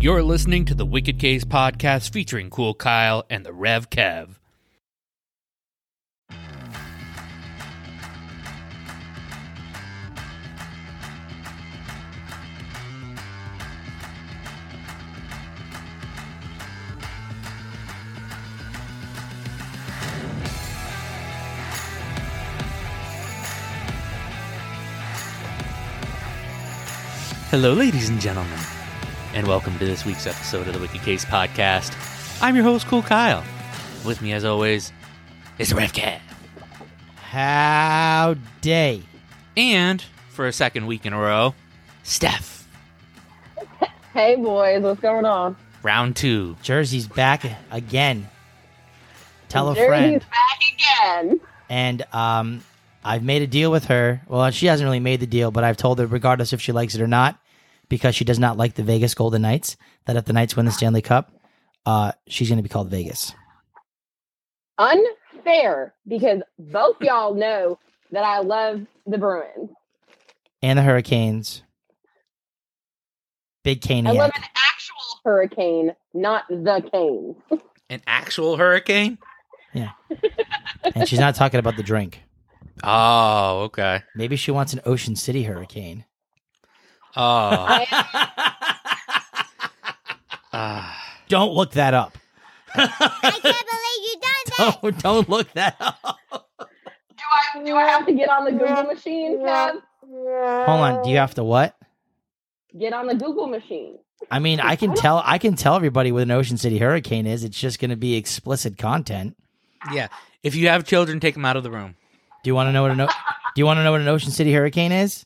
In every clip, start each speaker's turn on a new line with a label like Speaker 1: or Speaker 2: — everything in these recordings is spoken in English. Speaker 1: You're listening to the Wicked Case podcast featuring Cool Kyle and the Rev Kev. Hello, ladies and gentlemen, and welcome to this week's episode of the Wicked Case podcast. I'm your host, Cool Kyle. With me, as always, is the Rev Kev.
Speaker 2: How day.
Speaker 1: And for a second week in a row, Steph.
Speaker 3: Hey boys, what's going on?
Speaker 1: Round two.
Speaker 2: Jersey's back again. Tell a
Speaker 3: Jersey's
Speaker 2: friend.
Speaker 3: back again.
Speaker 2: And um, I've made a deal with her. Well, she hasn't really made the deal, but I've told her, regardless if she likes it or not, because she does not like the Vegas Golden Knights, that if the Knights win the Stanley Cup, uh, she's going to be called Vegas.
Speaker 3: Unfair because both y'all know that I love the Bruins.
Speaker 2: And the Hurricanes. Big
Speaker 3: I love
Speaker 2: Caniac.
Speaker 3: an actual hurricane, not the cane.
Speaker 1: An actual hurricane?
Speaker 2: And she's not talking about the drink.
Speaker 1: Oh, okay.
Speaker 2: Maybe she wants an Ocean City hurricane.
Speaker 1: Oh. ah.
Speaker 2: Don't look that up.
Speaker 4: I can't believe you done that.
Speaker 2: Don't, don't look that up.
Speaker 3: Do I do I have to get on the Google machine, Kev?
Speaker 2: Hold on. Do you have to what?
Speaker 3: Get on the Google machine.
Speaker 2: I mean, I can tell. I can tell everybody what an Ocean City hurricane is. It's just going to be explicit content.
Speaker 1: Yeah. If you have children, take them out of the room.
Speaker 2: Do you want to know what an o- Do you want to know what an Ocean City hurricane is?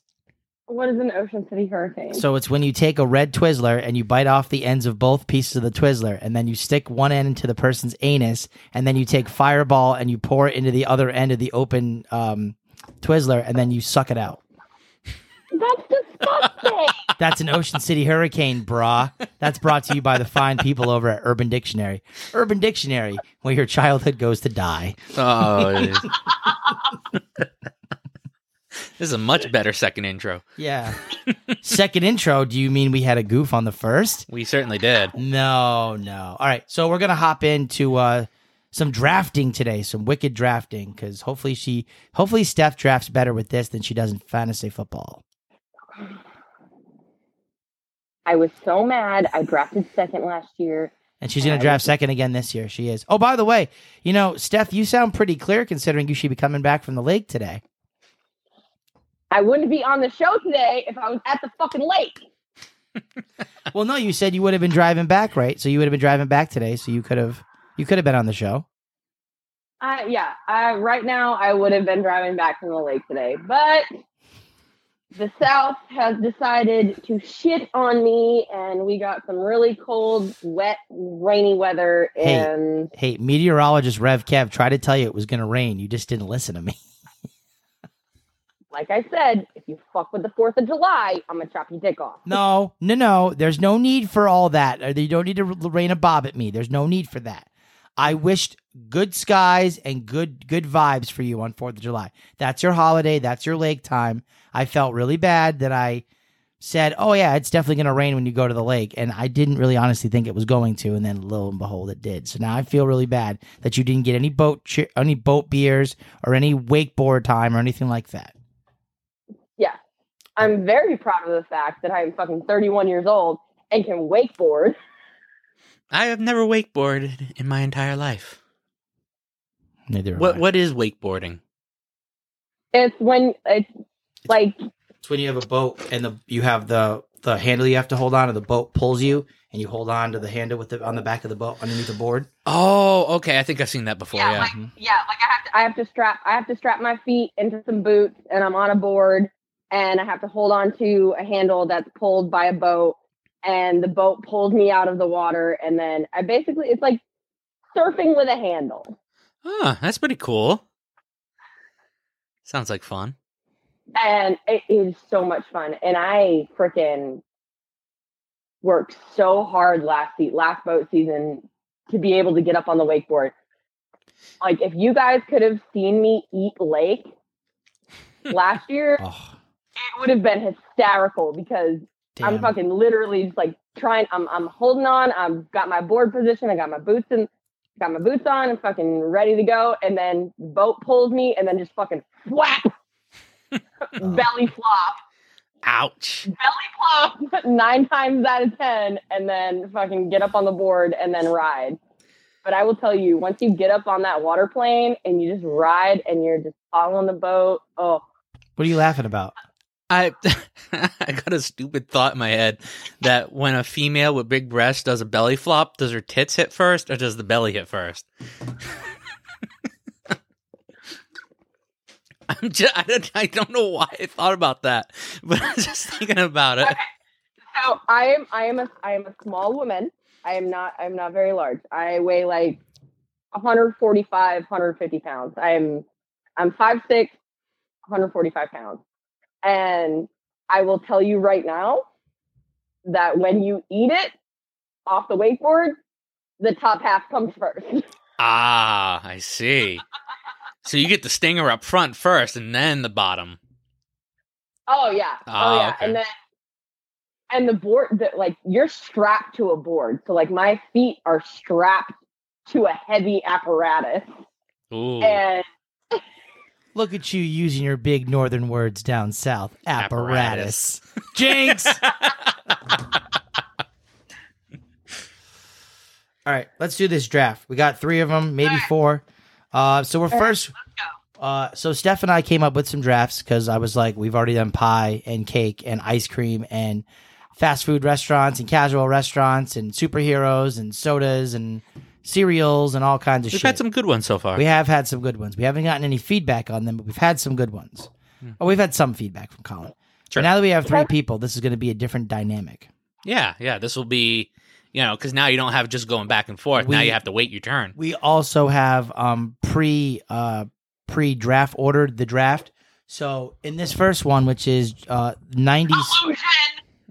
Speaker 3: What is an Ocean City hurricane?
Speaker 2: So it's when you take a red Twizzler and you bite off the ends of both pieces of the Twizzler, and then you stick one end into the person's anus, and then you take Fireball and you pour it into the other end of the open um, Twizzler, and then you suck it out.
Speaker 3: That's disgusting.
Speaker 2: That's an Ocean City hurricane, brah. That's brought to you by the fine people over at Urban Dictionary. Urban Dictionary, where your childhood goes to die.
Speaker 1: Oh, it is. this is a much better second intro.
Speaker 2: Yeah. Second intro, do you mean we had a goof on the first?
Speaker 1: We certainly did.
Speaker 2: No, no. All right. So we're going to hop into uh some drafting today, some wicked drafting cuz hopefully she hopefully Steph drafts better with this than she does in fantasy football.
Speaker 3: I was so mad. I drafted second last year.
Speaker 2: And she's going to draft second again this year. She is. Oh, by the way, you know, Steph, you sound pretty clear considering you should be coming back from the lake today.
Speaker 3: I wouldn't be on the show today if I was at the fucking lake.
Speaker 2: Well, no, you said you would have been driving back, right? So you would have been driving back today, so you could have you could have been on the show.
Speaker 3: Uh, yeah, uh, right now I would have been driving back from the lake today, but the South has decided to shit on me, and we got some really cold, wet, rainy weather.
Speaker 2: Hey.
Speaker 3: And
Speaker 2: Hey, meteorologist Rev Kev tried to tell you it was going to rain. You just didn't listen to me.
Speaker 3: like I said, if you fuck with the 4th of July, I'm going to chop your dick off.
Speaker 2: No, no, no. There's no need for all that. Uh, You don't need to r- rain a bob at me. There's no need for that. I wished good skies and good good vibes for you on Fourth of July. That's your holiday. That's your lake time. I felt really bad that I said, "Oh yeah, it's definitely going to rain when you go to the lake," and I didn't really honestly think it was going to. And then lo and behold, it did. So now I feel really bad that you didn't get any boat che- any boat beers or any wakeboard time or anything like that.
Speaker 3: I'm very proud of the fact that I'm fucking 31 years old and can wakeboard.
Speaker 1: I have never wakeboarded in my entire life.
Speaker 2: Neither. am
Speaker 1: What
Speaker 2: I.
Speaker 1: what is wakeboarding?
Speaker 3: It's when it's like
Speaker 2: It's when you have a boat and the you have the the handle you have to hold on, and the boat pulls you, and you hold on to the handle with the on the back of the boat underneath the board.
Speaker 1: Oh, okay. I think I've seen that before.
Speaker 3: Yeah,
Speaker 1: Yeah. mm-hmm.
Speaker 3: like- yeah like i have to i have to strap i have to strap my feet into some boots and i'm on a board and i have to hold on to a handle that's pulled by a boat and the boat pulls me out of the water and then i basically it's like surfing with a handle
Speaker 1: Huh, that's pretty cool. Sounds like fun.
Speaker 3: and it is so much fun and i freaking worked so hard last se- last boat season to be able to get up on the wakeboard like if you guys could have seen me eat lake last year
Speaker 2: Oh,
Speaker 3: it would have been hysterical because I'm
Speaker 2: Damn.
Speaker 3: fucking literally just like trying. I'm I'm holding on. I've got my board position. I got my boots and got my boots on and fucking ready to go. And then boat pulls me and then just fucking whap, belly flop,
Speaker 1: Ouch.
Speaker 3: belly flop nine times out of ten, and then fucking get up on the board and then ride. But I will tell you, once you get up on that water plane and you just ride and you're just following the boat, oh,
Speaker 2: What are you laughing about?
Speaker 1: I I got a stupid thought in my head that when a female with big breasts does a belly flop, does her tits hit first or does the belly hit first? I'm just I don't, I don't know why I thought about that, but I'm just thinking about it.
Speaker 3: So I am I am a I am a small woman. I am not I'm not very large. I weigh like 145, 150 pounds. I'm I'm 5'6, 145 pounds. And I will tell you right now that when you eat it off the wakeboard, the top half comes first.
Speaker 1: Ah, I see. So you get the stinger up front first, and then the bottom.
Speaker 3: Oh yeah.
Speaker 1: Ah,
Speaker 3: oh yeah.
Speaker 1: okay.
Speaker 3: And then and the board that like you're strapped to a board. So like my feet are strapped to a heavy apparatus.
Speaker 1: Ooh,
Speaker 3: And
Speaker 2: Look at you using your big northern words down south. Apparatus. Jinx. All right, let's do this draft. We got three of them, maybe four. Uh, so we're
Speaker 3: right,
Speaker 2: first. Uh, so Steph and I came up with some drafts because I was like, we've already done pie and cake and ice cream and fast food restaurants and casual restaurants and superheroes and sodas and cereals and all kinds of
Speaker 1: we've
Speaker 2: shit.
Speaker 1: had some good ones so far.
Speaker 2: We have had some good ones. We haven't gotten any feedback on them, but we've had some good ones.
Speaker 1: Hmm.
Speaker 2: Oh, we've had some feedback from Colin.
Speaker 1: Sure.
Speaker 2: But now that we have three people, this is going to be a different dynamic.
Speaker 1: Yeah, yeah. This will be, you know, because now you don't have just going back and forth. now
Speaker 2: We-
Speaker 1: you have to wait your turn.
Speaker 2: We also have um, pre uh, pre draft ordered the draft. So in this first one, which is uh, '90s,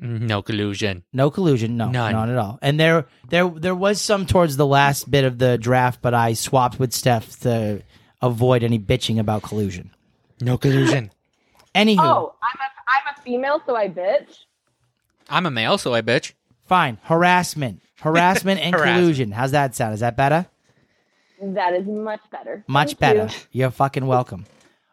Speaker 1: Mm-hmm. No collusion.
Speaker 2: no collusion, no,
Speaker 1: None.
Speaker 2: not at all. And there there there was some towards the last bit of the draft, but I swapped with Steph to avoid any bitching about collusion.
Speaker 1: No collusion.
Speaker 2: Anywho,
Speaker 3: oh, I'm a I'm a female, so I bitch.
Speaker 1: I'm a male, so I bitch.
Speaker 2: Fine. Harassment. Harassment and
Speaker 1: Harassment.
Speaker 2: collusion. How's that sound? Is that better?
Speaker 3: That is much better.
Speaker 2: Much
Speaker 3: Thank you.
Speaker 2: better. You. are fucking welcome.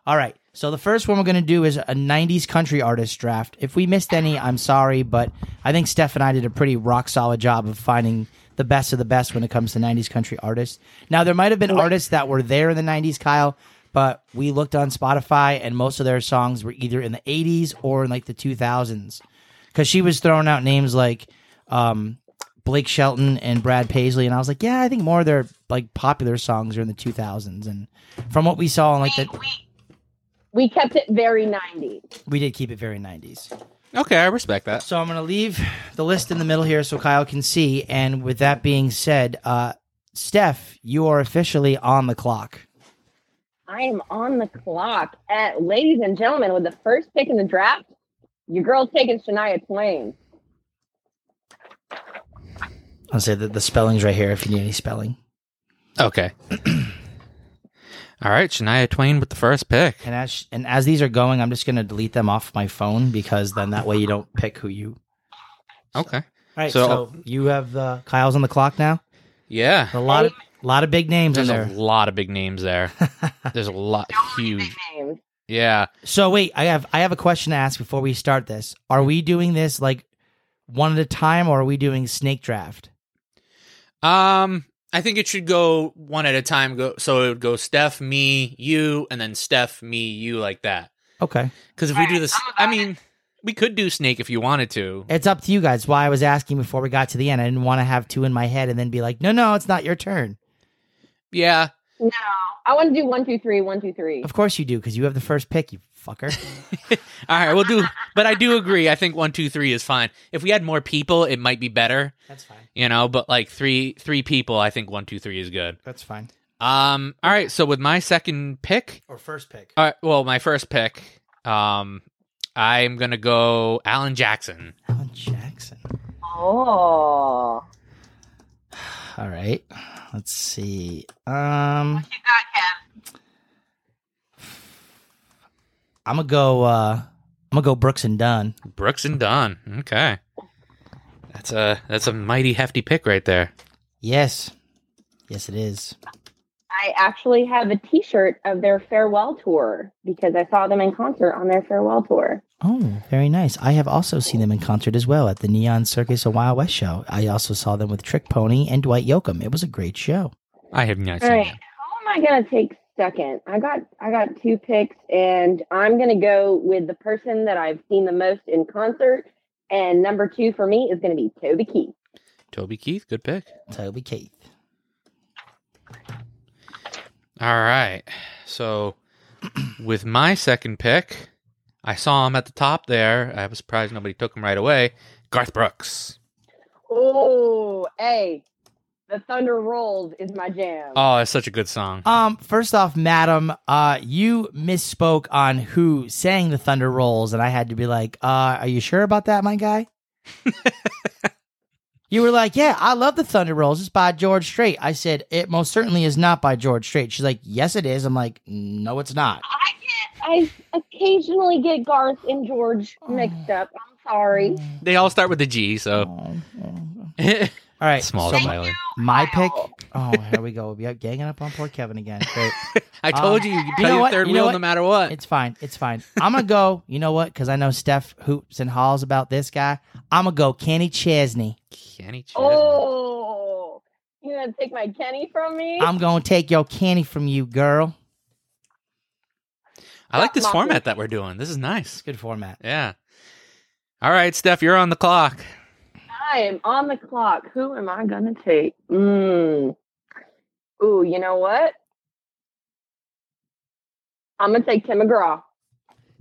Speaker 2: All right. So the first one we're going to do is a 90s country artist draft. If we missed any, I'm sorry, but I think Steph and I did a pretty rock solid job of finding the best of the best when it comes to 90s country artists. Now, there might have been artists that were there in the 90s, Kyle, but we looked on Spotify and most of their songs were either in the 80s or in like the 2000s. Because she was throwing out names like um, Blake Shelton and Brad Paisley, and I was like, yeah, I think more of their like popular songs are in the 2000s. And from what we saw, like that,
Speaker 3: We kept it very 90s.
Speaker 2: we did keep it very 90s.
Speaker 1: Okay, I respect that.
Speaker 2: So I'm gonna leave the list in the middle here so Kyle can see. And with that being said, uh, Steph, you are officially on the clock.
Speaker 3: I am on the clock. At, ladies and gentlemen, with the first pick in the draft, your girl's taking Shania Twain.
Speaker 2: I'll say that the spelling's right here if you need any spelling.
Speaker 1: Okay. All right, Shania Twain with the first pick.
Speaker 2: And as and as these are going, I'm just gonna delete them off my phone because then that way you don't pick who you.
Speaker 1: Okay.
Speaker 2: All right, so,
Speaker 1: So-
Speaker 2: you have the Kyle's on the clock now.
Speaker 1: Yeah.
Speaker 2: A lot of lot of big names in
Speaker 1: There's a
Speaker 2: there.
Speaker 1: lot of big names there. There's a lot huge.
Speaker 3: Names.
Speaker 1: Yeah.
Speaker 2: So wait, I have I have a question to ask before we start this. Are we doing this like one at a time, or are we doing snake draft?
Speaker 1: Um, I think it should go one at a time. Go so it would go Steph, me, you, and then Steph, me, you, like that.
Speaker 2: Okay,
Speaker 1: Because if we do
Speaker 3: Alright,
Speaker 1: this,
Speaker 3: I'm
Speaker 1: I
Speaker 3: about
Speaker 1: mean, we could do Snake if you wanted to.
Speaker 2: it's up to you guys. Why I was asking before we got to the end, I didn't want to have two in my head and then be like, no, no, it's not your turn.
Speaker 1: Yeah.
Speaker 3: No, I want to do one, two, three, one, two, three.
Speaker 2: Of course you do, because you have the first pick, you fucker.
Speaker 1: All right, we'll do. But I do agree. I think one, two, three is fine. If we had more people, it might be better.
Speaker 2: That's fine.
Speaker 1: You know, but like three, three people, I think one, two, three is good.
Speaker 2: That's fine.
Speaker 1: Um. All right. So with my second pick,
Speaker 2: Or first pick.
Speaker 1: all right, well, my first pick, um, I'm gonna go Alan Jackson.
Speaker 2: Alan Jackson.
Speaker 3: Oh.
Speaker 2: All right. Let's see. Um
Speaker 3: You got Kev.
Speaker 2: I'm gonna go uh I'm gonna go Brooks and Dunn.
Speaker 1: Brooks and Dunn. Okay. That's a that's a mighty hefty pick right there.
Speaker 2: Yes. Yes, it is.
Speaker 3: I actually have a T-shirt of their farewell tour because I saw them in concert on their farewell tour.
Speaker 2: Oh, very nice. I have also seen them in concert as well at the Neon Circus and Wild West show. I also saw them with Trick Pony and Dwight Yoakam. It was a great show.
Speaker 1: I have not
Speaker 3: All
Speaker 1: seen
Speaker 3: right,
Speaker 1: that.
Speaker 3: who am I gonna take second? I got I got two picks, and I'm gonna go with the person that I've seen the most in concert. And number two for me is gonna be Toby Keith.
Speaker 1: Toby Keith, good pick.
Speaker 2: Toby Keith.
Speaker 1: All right. So with my second pick, I saw him at the top there. I was surprised nobody took him right away. Garth Brooks.
Speaker 3: Oh, hey, the thunder rolls is my jam.
Speaker 1: Oh, it's such a good song.
Speaker 2: Um, first off, madam, uh, you misspoke on who sang the Thunder Rolls, and I had to be like, uh, are you sure about that, my guy? you were like, yeah, I love the Thunder Rolls. It's by George Strait. I said, it most certainly is not by George Strait. She's like, yes, it is. I'm like, no, it's not.
Speaker 3: I get I occasionally get Garth and George mixed up. I'm sorry.
Speaker 1: They all start with the G, so
Speaker 2: Oh, oh.
Speaker 1: small
Speaker 2: All right. so my,
Speaker 1: violin.
Speaker 2: my pick. Oh, here we go. We'll be ganging up on poor Kevin again. Great.
Speaker 1: I
Speaker 2: Um,
Speaker 1: told you, you play
Speaker 2: know
Speaker 1: your
Speaker 2: what?
Speaker 1: third
Speaker 2: You know
Speaker 1: wheel
Speaker 2: what?
Speaker 1: no matter what.
Speaker 2: It's fine. It's fine. I'm gonna go. You know what? Because I know Steph hoops and halls about this guy. I'm gonna go Kenny Chesney.
Speaker 1: Kenny Chesney.
Speaker 3: Oh, you gonna take my Kenny from me?
Speaker 2: I'm gonna take your Kenny from you, girl.
Speaker 1: I like this
Speaker 3: Mocking.
Speaker 1: format that we're doing. This is nice.
Speaker 2: It's good format.
Speaker 1: Yeah. All right, Steph, you're on the clock.
Speaker 3: I am on the clock. Who am I gonna take? Mm. Ooh, you know what? I'm gonna take Tim McGraw.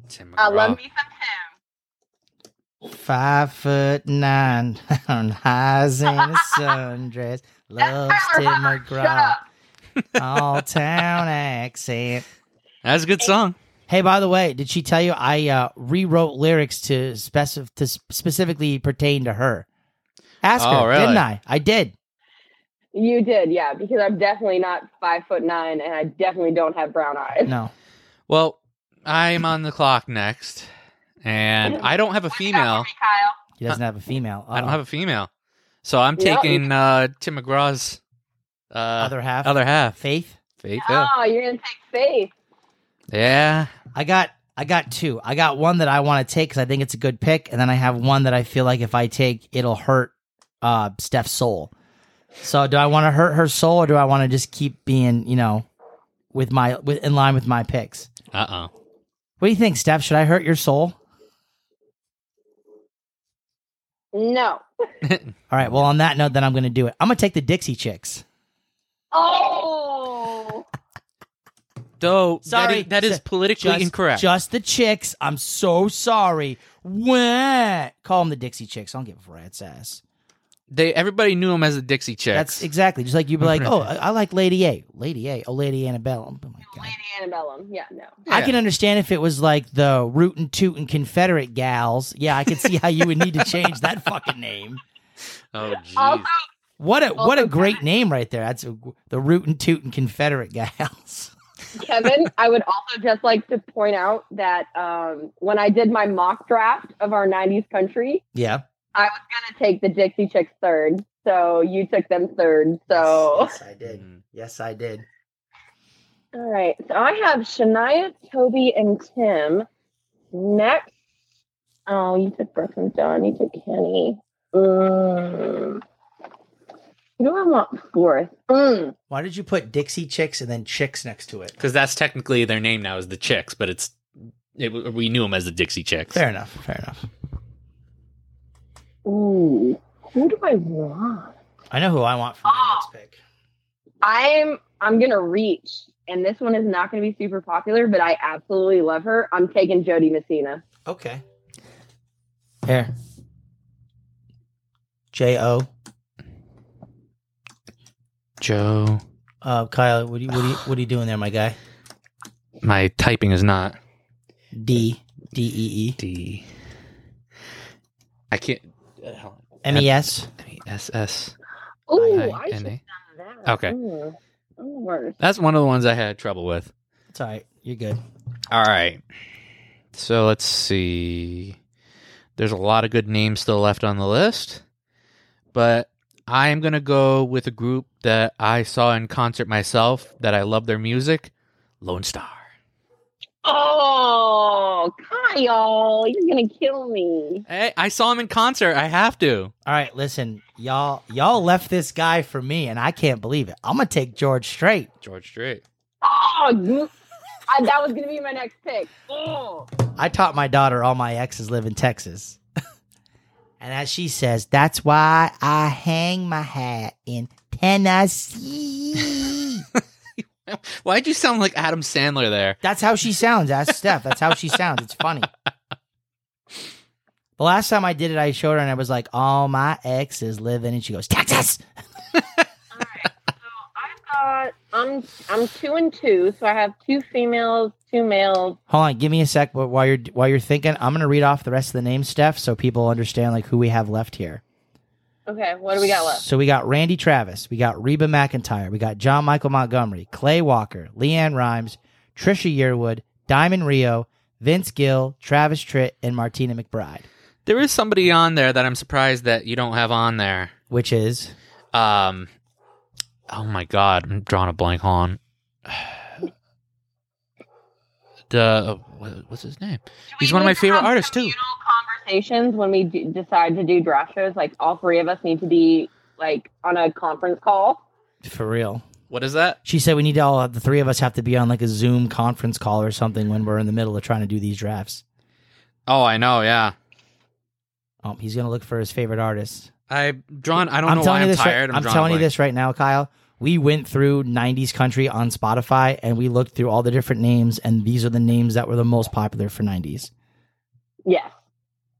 Speaker 1: Tim
Speaker 3: I
Speaker 1: McGraw.
Speaker 3: love me some Tim.
Speaker 2: Five foot nine, on highs in a sundress, loves Tim McGraw, all town accent.
Speaker 1: That's a good song.
Speaker 2: Hey, by the way, did she tell you I uh, rewrote lyrics to specif- to s- specifically pertain to her? Ask
Speaker 1: Oh,
Speaker 2: her,
Speaker 1: really?
Speaker 2: didn't I? I did.
Speaker 3: You did, yeah, because I'm definitely not five foot nine, and I definitely don't have brown eyes.
Speaker 2: No.
Speaker 1: Well, I'm on the clock next, and I don't have a
Speaker 3: What you got
Speaker 1: female.
Speaker 3: for me, Kyle?
Speaker 2: He doesn't have a female. Oh,
Speaker 1: I don't have
Speaker 2: a
Speaker 1: a female, so I'm
Speaker 3: Yeah.
Speaker 1: taking uh, Tim McGraw's uh,
Speaker 2: other half.
Speaker 1: other half.
Speaker 2: faith.
Speaker 1: Faith Hill.
Speaker 3: Oh, you're gonna take Faith.
Speaker 1: Yeah.
Speaker 2: I got I got two. I got one that I want to take because I think it's a good pick, and then I have one that I feel like if I take, it'll hurt uh, Steph's soul. So do I want to hurt her soul, or do I want to just keep being you know with my with, in line with my picks?
Speaker 1: Uh oh.
Speaker 2: What do you think, Steph? Should I hurt your soul?
Speaker 3: No.
Speaker 2: All right. Well, on that note, then I'm going to do it. I'm going to take the Dixie Chicks.
Speaker 3: Oh,
Speaker 1: Though that
Speaker 2: Sorry,
Speaker 1: is, that is
Speaker 2: s-
Speaker 1: politically incorrect.
Speaker 2: Just the chicks. I'm so sorry. What? Call them the Dixie Chicks. I don't give a rat's ass.
Speaker 1: they everybody knew him as the Dixie Chicks.
Speaker 2: That's exactly just like you'd be like, oh, I, I like Lady A, Lady A, oh Lady Annabelle. Oh my god,
Speaker 3: Lady Antebellum. Yeah, no.
Speaker 2: I can understand if it was like the rootin' tootin' Confederate gals. Yeah, I could see how you would need to change that fucking name.
Speaker 1: Oh jeez.
Speaker 3: Also,
Speaker 2: What a what a
Speaker 3: Also-
Speaker 2: great name right there. That's a, the rootin' tootin' Confederate gals.
Speaker 3: Kevin, I would also just like to point out that um, when I did my mock draft of our 90s country,
Speaker 2: Yeah.
Speaker 3: I was going to take the Dixie Chicks third. So you took them third. So,
Speaker 2: yes, I
Speaker 1: Mm-hmm.
Speaker 2: did. Yes, I did.
Speaker 3: all right. So I have Shania, Toby, and Tim next. Oh, you took Brooks and Dunn. You took Kenny. Mm. Who do I want fourth? Mm.
Speaker 2: Why did you put Dixie Chicks and then Chicks next to it?
Speaker 1: Because that's technically their name now is the Chicks, but it's it, we knew him as the Dixie Chicks.
Speaker 2: Fair enough. Fair enough.
Speaker 3: Ooh. Who do I want?
Speaker 2: I know who I want for my next pick.
Speaker 3: I'm I'm gonna reach, and this one is not gonna be super popular, but I absolutely love her. I'm taking Jody Messina.
Speaker 2: Okay. Here. J O.
Speaker 1: Joe,
Speaker 2: Uh, Kyle, what are you, what are you, what are you doing there, my guy?
Speaker 1: my typing is not
Speaker 2: D D E
Speaker 1: D. I can't. Uh,
Speaker 2: E M E S.
Speaker 1: S S.
Speaker 3: Ooh,
Speaker 1: I-
Speaker 3: I,
Speaker 1: I-
Speaker 3: should
Speaker 1: NA.
Speaker 3: have done that.
Speaker 1: Okay.
Speaker 3: Ooh, I'm the worst.
Speaker 1: That's one of the ones I had trouble with.
Speaker 2: It's all right. You're good.
Speaker 1: All right. So let's see. There's a lot of good names still left on the list. but I am gonna go with a group that I saw in concert myself that I love their music, Lone Star.
Speaker 3: Oh, Kyle, you're gonna kill me.
Speaker 1: Hey, I saw them in concert. I have to.
Speaker 2: All right, listen, y'all, y'all left this guy for me, and I can't believe it. I'm gonna take George straight.
Speaker 1: George Strait.
Speaker 3: Oh, you- I, that was gonna be my next pick. Oh,
Speaker 2: I taught my daughter all my exes live in Texas, and as she says, that's why I hang my hat in Tennessee.
Speaker 1: Why'd you sound like Adam Sandler there?
Speaker 2: That's how she sounds. Ask Steph. That's how she sounds. It's funny. The last time I did it, I showed her and I was like, all my exes live in, and she goes, Texas.
Speaker 3: all right. So I thought Uh, I'm I'm two and two, so I have two females, two males.
Speaker 2: Hold on, give me a sec. wh- While you're while you're thinking, I'm gonna read off the rest of the names, Steph, so people understand like who we have left here.
Speaker 3: Okay, what do we got left?
Speaker 2: So we got Randy Travis, we got Reba McIntyre, we got John Michael Montgomery, Clay Walker, Leanne Rhymes, Trisha Yearwood, Diamond Rio, Vince Gill, Travis Tritt, and Martina McBride.
Speaker 1: There is somebody on there that I'm surprised that you don't have on there.
Speaker 2: Which is
Speaker 1: Um, oh my god, I'm drawing a blank on. The oh, what, what's his name? He's
Speaker 3: we
Speaker 1: one of
Speaker 3: need
Speaker 1: my
Speaker 3: to
Speaker 1: favorite
Speaker 3: have
Speaker 1: artists, too.
Speaker 3: communal Conversations when we d decide to do draft shows, like all three of us need to be like on a conference call.
Speaker 2: for real.
Speaker 1: What is that?
Speaker 2: She said we need to all the three of us have to be on like a Zoom conference call or something when we're in the middle of trying to do these drafts.
Speaker 1: Oh, I know. Yeah,
Speaker 2: Oh, he's gonna look for his favorite artists.
Speaker 1: I drawn. I don't
Speaker 2: I'm
Speaker 1: know
Speaker 2: telling
Speaker 1: why I'm
Speaker 2: you this.
Speaker 1: tired.
Speaker 2: right,
Speaker 1: I'm, drawing
Speaker 2: telling
Speaker 1: a
Speaker 2: you
Speaker 1: blank.
Speaker 2: this right now, Kyle. We went through '90s country on Spotify, and we looked through all the different names, and these are the names that were the most popular for '90s.
Speaker 3: Yes,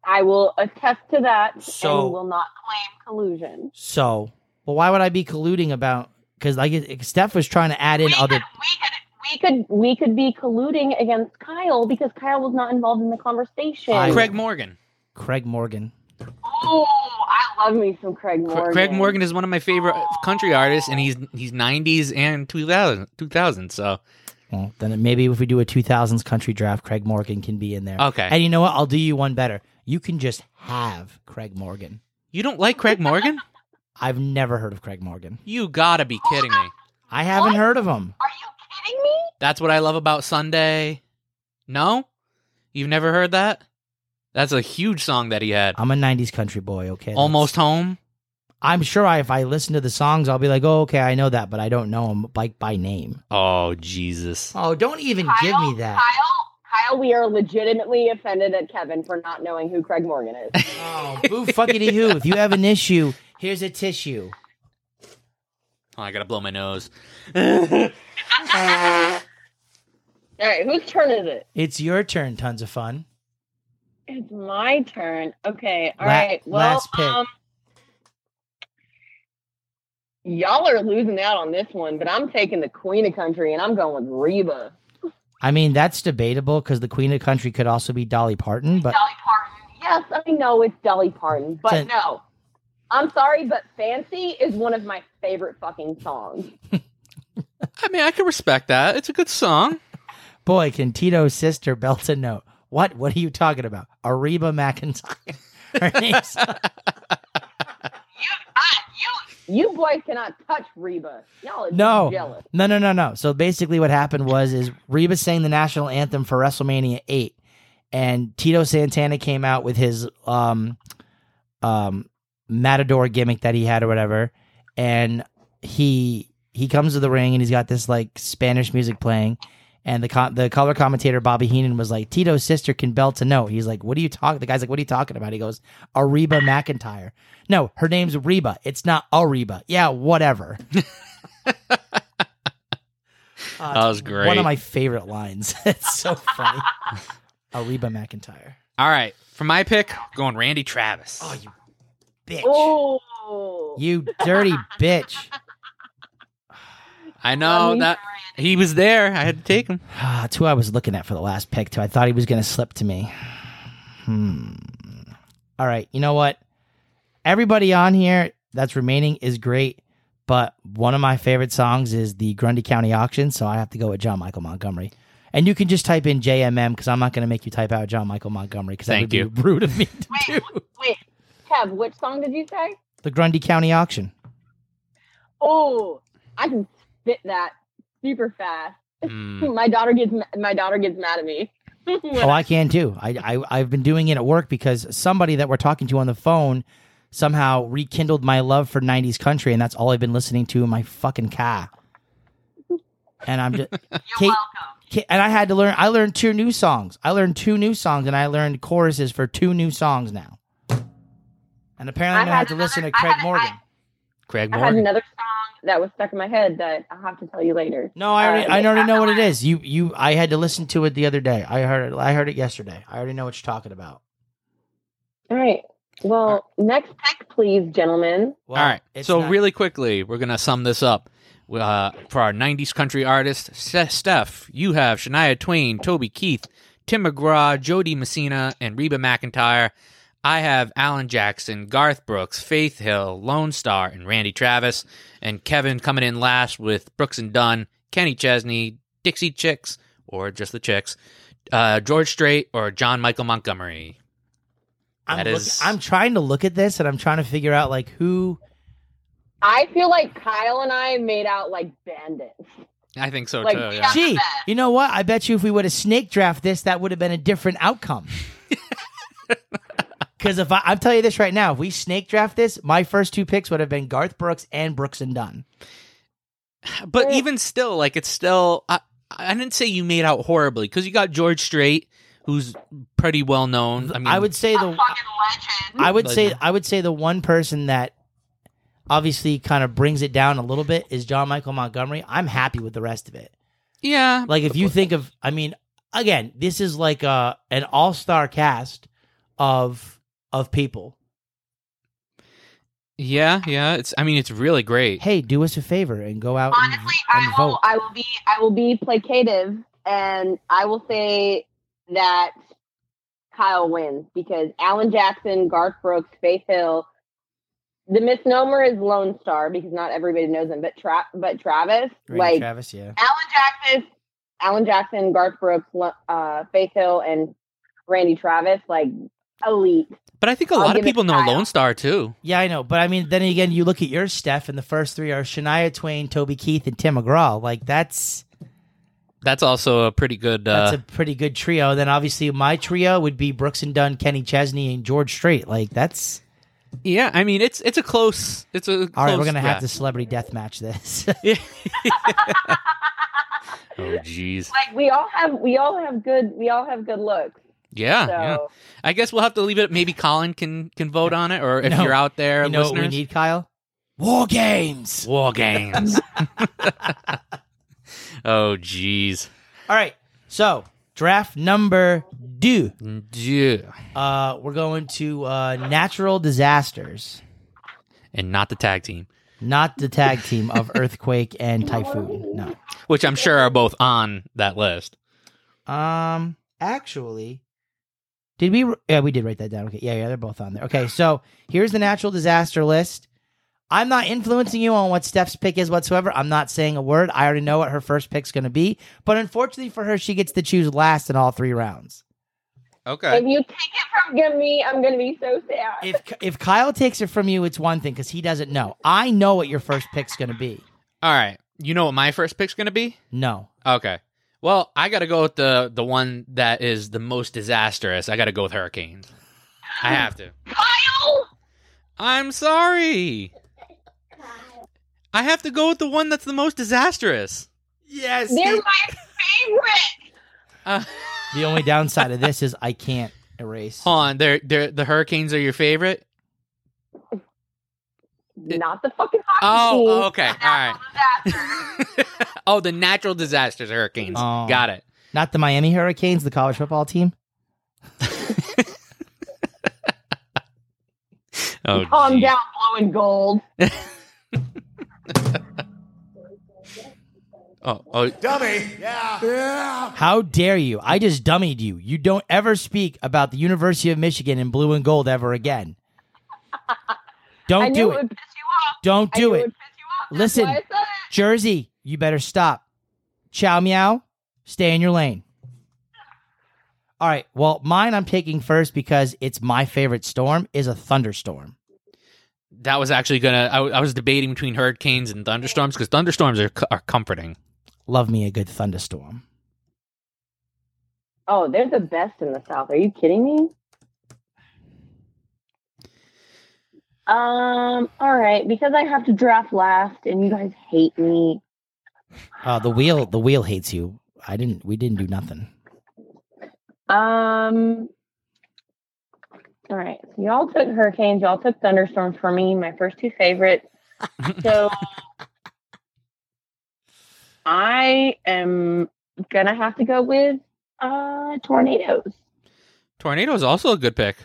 Speaker 3: I will attest to that
Speaker 2: So-
Speaker 3: and will not claim collusion.
Speaker 2: So, well, why would I be colluding about? Because like it- Steph was trying to add in other.
Speaker 3: We could, we could we could be colluding against Kyle because Kyle was not involved in the conversation.
Speaker 2: I-
Speaker 1: Craig Morgan.
Speaker 2: Craig Morgan.
Speaker 3: Oh, I love me some Craig
Speaker 1: Cra-
Speaker 3: Morgan.
Speaker 1: Craig Morgan is one of my favorite country artists, and he's he's 90s and 2000 2000. So
Speaker 2: Well, then maybe if we do a 2000s country draft, Craig Morgan can be in there.
Speaker 1: okay,
Speaker 2: And you know what? I'll do you one better. You can just have Craig Morgan.
Speaker 1: you don't like Craig Morgan?
Speaker 2: I've never heard of Craig Morgan.
Speaker 1: You gotta be kidding me.
Speaker 2: I haven't
Speaker 3: What?
Speaker 2: heard of him.
Speaker 3: Are you kidding me?
Speaker 1: That's what I love about Sunday. No? You've never heard that? That's a huge song that he had.
Speaker 2: I'm a 90s country boy, okay? That's-
Speaker 1: Almost home.
Speaker 2: I'm sure I, if I listen to the songs, I'll be like, oh, okay, I know that, but I don't know him like by name.
Speaker 1: Oh Jesus.
Speaker 2: Oh, don't even give
Speaker 3: Kyle,
Speaker 2: me that.
Speaker 3: Kyle, Kyle, we are legitimately offended at Kevin for not knowing who Craig Morgan is.
Speaker 2: Oh, boo fuckity hoo. If you have an issue, here's a tissue.
Speaker 1: Oh, I gotta blow my nose.
Speaker 3: All right, whose turn is it?
Speaker 2: It's your turn, tons of fun.
Speaker 3: It's my turn. Okay.
Speaker 2: La-
Speaker 3: all right. Well,
Speaker 2: last pick.
Speaker 3: um, y'all are losing out on this one, but I'm taking the Queen of Country and I'm going with Reba.
Speaker 2: I mean, that's debatable because the Queen of Country could also be Dolly Parton, but
Speaker 3: Dolly Parton. Yes, I know it's Dolly Parton, but
Speaker 2: Ten-
Speaker 3: no. I'm sorry, but Fancy is one of my favorite fucking songs.
Speaker 1: I mean, I can respect that. It's a good song.
Speaker 2: boy, can Tito's sister belt a note. What? What are you talking about? Ariba McIntyre. Her name's
Speaker 3: You boys cannot touch Reba. Y'all are
Speaker 2: No.
Speaker 3: jealous.
Speaker 2: No, no, no, no. So basically, what happened was is Reba sang the national anthem for WrestleMania eight, and Tito Santana came out with his um, um, matador gimmick that he had or whatever, and he he comes to the ring and he's got this like Spanish music playing, and the co the color commentator Bobby Heenan was like, Tito's sister can belt a note. He's like, what are you talking? The guy's like, what are you talking about? He goes, Ariba McIntyre. No, her name's Reba. It's not Ariba. Yeah, whatever. Uh,
Speaker 1: That was
Speaker 2: it's
Speaker 1: great.
Speaker 2: One of my favorite lines. it's so funny. Ariba McIntyre.
Speaker 1: All right. For my pick, going Randy Travis.
Speaker 2: Oh, you bitch.
Speaker 3: Oh.
Speaker 2: You dirty bitch.
Speaker 1: I know that he was there. I had to take him.
Speaker 2: Ah, That's who I was looking at for the last pick, too. I thought he was going to slip to me. Hmm. All right. You know what? Everybody on here that's remaining is great, but one of my favorite songs is the Grundy County Auction, so I have to go with John Michael Montgomery. And you can just type in JMM because I'm not going to make you type out John Michael Montgomery because that
Speaker 1: Thank
Speaker 2: would be
Speaker 1: you.
Speaker 2: rude of me to do.
Speaker 3: Wait, Kev, which song did you say?
Speaker 2: The- the Grundy County auction.
Speaker 3: Oh, I can spit that super fast.
Speaker 1: Mm.
Speaker 3: My daughter gets ma- my daughter gets mad at me. When
Speaker 2: Oh, I can too. I, I I've been doing it at work because somebody that we're talking to on the phone somehow rekindled my love for '90s country, and that's all I've been listening to in my fucking car. And I'm just,
Speaker 3: You're
Speaker 2: Kate-
Speaker 3: welcome.
Speaker 2: and I had to learn. I learned two new songs. I learned two new songs, and I learned choruses for two new songs now. And apparently,
Speaker 3: I
Speaker 2: I'm gonna have
Speaker 3: had
Speaker 2: to listen to
Speaker 3: another- I
Speaker 2: Craig
Speaker 3: had- I-
Speaker 2: Morgan.
Speaker 1: Craig
Speaker 3: I had
Speaker 1: Morgan.
Speaker 3: another song that was stuck in my head that I'll have to tell you later.
Speaker 2: No, I already,
Speaker 3: Uh,
Speaker 2: I
Speaker 3: yeah,
Speaker 2: already know
Speaker 3: I-
Speaker 2: what it is. You you I had to listen to it the other day. I heard it I heard it yesterday. I already know what you're talking about.
Speaker 3: All right. Well, next text, please, gentlemen.
Speaker 2: Well,
Speaker 1: All right.
Speaker 2: it's
Speaker 1: So
Speaker 2: not-
Speaker 1: really quickly, we're gonna sum this up. Uh, for our '90s country artists, S- Steph, you have Shania Twain, Toby Keith, Tim McGraw, Jody Messina, and Reba McIntyre. I have Alan Jackson, Garth Brooks, Faith Hill, Lone Star, and Randy Travis. And Kevin coming in last with Brooks and Dunn, Kenny Chesney, Dixie Chicks, or just the Chicks, uh, George Strait, or John Michael Montgomery.
Speaker 2: I'm,
Speaker 1: that
Speaker 2: look-
Speaker 1: is-
Speaker 2: I'm trying to look at this and I'm trying to figure out like who
Speaker 3: I feel like Kyle and I made out like bandits.
Speaker 1: I think so
Speaker 3: Like,
Speaker 1: too.
Speaker 3: we
Speaker 1: Yeah.
Speaker 3: got-
Speaker 2: Gee,
Speaker 3: bad.
Speaker 2: you know what? I bet you if we would have snake draft this, that would have been a different outcome. Cause if I I'm telling you this right now, if we snake draft this, my first two picks would have been Garth Brooks and Brooks and Dunn.
Speaker 1: But
Speaker 3: Eh.
Speaker 1: even still, like it's still. I, I didn't say you made out horribly because you got George Strait, who's pretty well known. I mean,
Speaker 2: I would say
Speaker 3: A
Speaker 2: the
Speaker 3: fucking legend.
Speaker 2: I would say
Speaker 1: Legend.
Speaker 2: I would say the one person that obviously kind of brings it down a little bit is John Michael Montgomery. I'm happy with the rest of it.
Speaker 1: Yeah,
Speaker 2: Like if you think of I mean, again, this is like a an all-star cast of of people.
Speaker 1: yeah, yeah. It's. I mean, it's really great.
Speaker 2: Hey, do us a favor and go out and-
Speaker 3: Honestly,
Speaker 2: and,
Speaker 3: I
Speaker 2: vote.
Speaker 3: will. I will be. I will be placative, and I will say that Kyle wins because Alan Jackson, Garth Brooks, Faith Hill. The misnomer is Lone Star because not everybody knows him, but Tra- but Travis,
Speaker 2: Randy
Speaker 3: like
Speaker 2: Travis, yeah.
Speaker 3: Alan Jackson, Alan Jackson, Garth Brooks, Lo- uh, Faith Hill, and Randy Travis, like elite.
Speaker 1: But I think a
Speaker 3: I'll
Speaker 1: lot of
Speaker 3: give it
Speaker 1: people
Speaker 3: to
Speaker 1: know
Speaker 3: Kyle.
Speaker 1: Lone Star too.
Speaker 2: Yeah, I know, but I mean, then again, you look at your Steph, and the first three are Shania Twain, Toby Keith, and Tim McGraw. Like that's
Speaker 1: That's also a pretty good. Uh,
Speaker 2: that's a pretty good trio. Then obviously my trio would be Brooks and Dunn, Kenny Chesney, and George Strait. Like that's
Speaker 1: yeah, I mean, it's it's a close. It's a.
Speaker 2: all right.
Speaker 1: close-
Speaker 2: we're gonna
Speaker 1: yeah.
Speaker 2: have to celebrity death match this.
Speaker 1: Oh, jeez.
Speaker 3: Like we all have, we all have good, we all have good looks.
Speaker 1: Yeah,
Speaker 3: so
Speaker 1: yeah. I guess we'll have to leave it. Maybe Colin can can vote on it, or if
Speaker 2: No.
Speaker 1: you're out there,
Speaker 2: you know what
Speaker 1: listeners.
Speaker 2: we need, Kyle? War games.
Speaker 1: War games. oh, jeez.
Speaker 2: All right. So draft number two.
Speaker 1: Yeah.
Speaker 2: Uh, we're going to uh, natural disasters,
Speaker 1: and not the tag team,
Speaker 2: not the tag team of earthquake and typhoon. No.
Speaker 1: which I'm sure are both on that list.
Speaker 2: Um, actually, did we? Yeah, we did write that down. Okay, yeah, yeah, they're both on there. Okay, so here's the natural disaster list. I'm not influencing you on what Steph's pick is whatsoever. I'm not saying a word. I already know what her first pick's going to be. But unfortunately for her, she gets to choose last in all three rounds.
Speaker 1: Okay.
Speaker 3: If you take it from me, I'm gonna be so sad.
Speaker 2: If if Kyle takes it from you, it's one thing because he doesn't know. I know what your first pick's going to be.
Speaker 1: All right. You know what my first pick's going to be?
Speaker 2: No,
Speaker 1: Okay. Well, I got to go with the the one that is the most disastrous. I got to go with hurricanes. I have to.
Speaker 3: Kyle,
Speaker 1: I'm sorry. I have to go with the one that's the most disastrous.
Speaker 2: Yes.
Speaker 3: they're my favorite.
Speaker 1: Uh,
Speaker 2: The only downside of this is I can't erase.
Speaker 1: hold on. They're, they're, the hurricanes are your favorite?
Speaker 3: Not the fucking hockey
Speaker 1: Oh,
Speaker 3: team.
Speaker 1: oh, okay.
Speaker 3: Natural
Speaker 1: All right.
Speaker 3: disaster.
Speaker 1: oh, the natural disasters, hurricanes.
Speaker 2: Oh.
Speaker 1: Got it.
Speaker 2: Not the Miami Hurricanes, the college football team.
Speaker 1: Oh,
Speaker 3: Calm
Speaker 1: geez.
Speaker 3: down, blue and gold.
Speaker 1: Oh, oh,
Speaker 2: How dare you? I just dummied you. You don't ever speak about the University of Michigan in blue and gold ever again.
Speaker 3: I
Speaker 2: Don't do
Speaker 3: knew it.
Speaker 2: it.
Speaker 3: would piss you off.
Speaker 2: Don't
Speaker 3: I knew
Speaker 2: do
Speaker 3: It
Speaker 2: it.
Speaker 3: would piss you off. That's
Speaker 2: Listen.
Speaker 3: why I said it.
Speaker 2: Jersey, you better stop. Chow meow, stay in your lane. All right. Well, mine I'm taking first because it's my favorite storm is a thunderstorm.
Speaker 1: that was actually gonna. I, w- I was debating between hurricanes and thunderstorms because thunderstorms are, co- are comforting.
Speaker 2: Love me a good thunderstorm.
Speaker 3: Oh, they're the best in the South. Are you kidding me? Um, all right, because I have to draft last and you guys hate me.
Speaker 2: Uh, the wheel, the wheel hates you. I didn't. We didn't do nothing.
Speaker 3: Um all right. So y'all took hurricanes, y'all took thunderstorms for me, my first two favorites. So I am gonna have to go with uh tornadoes.
Speaker 1: Tornado is also a good pick.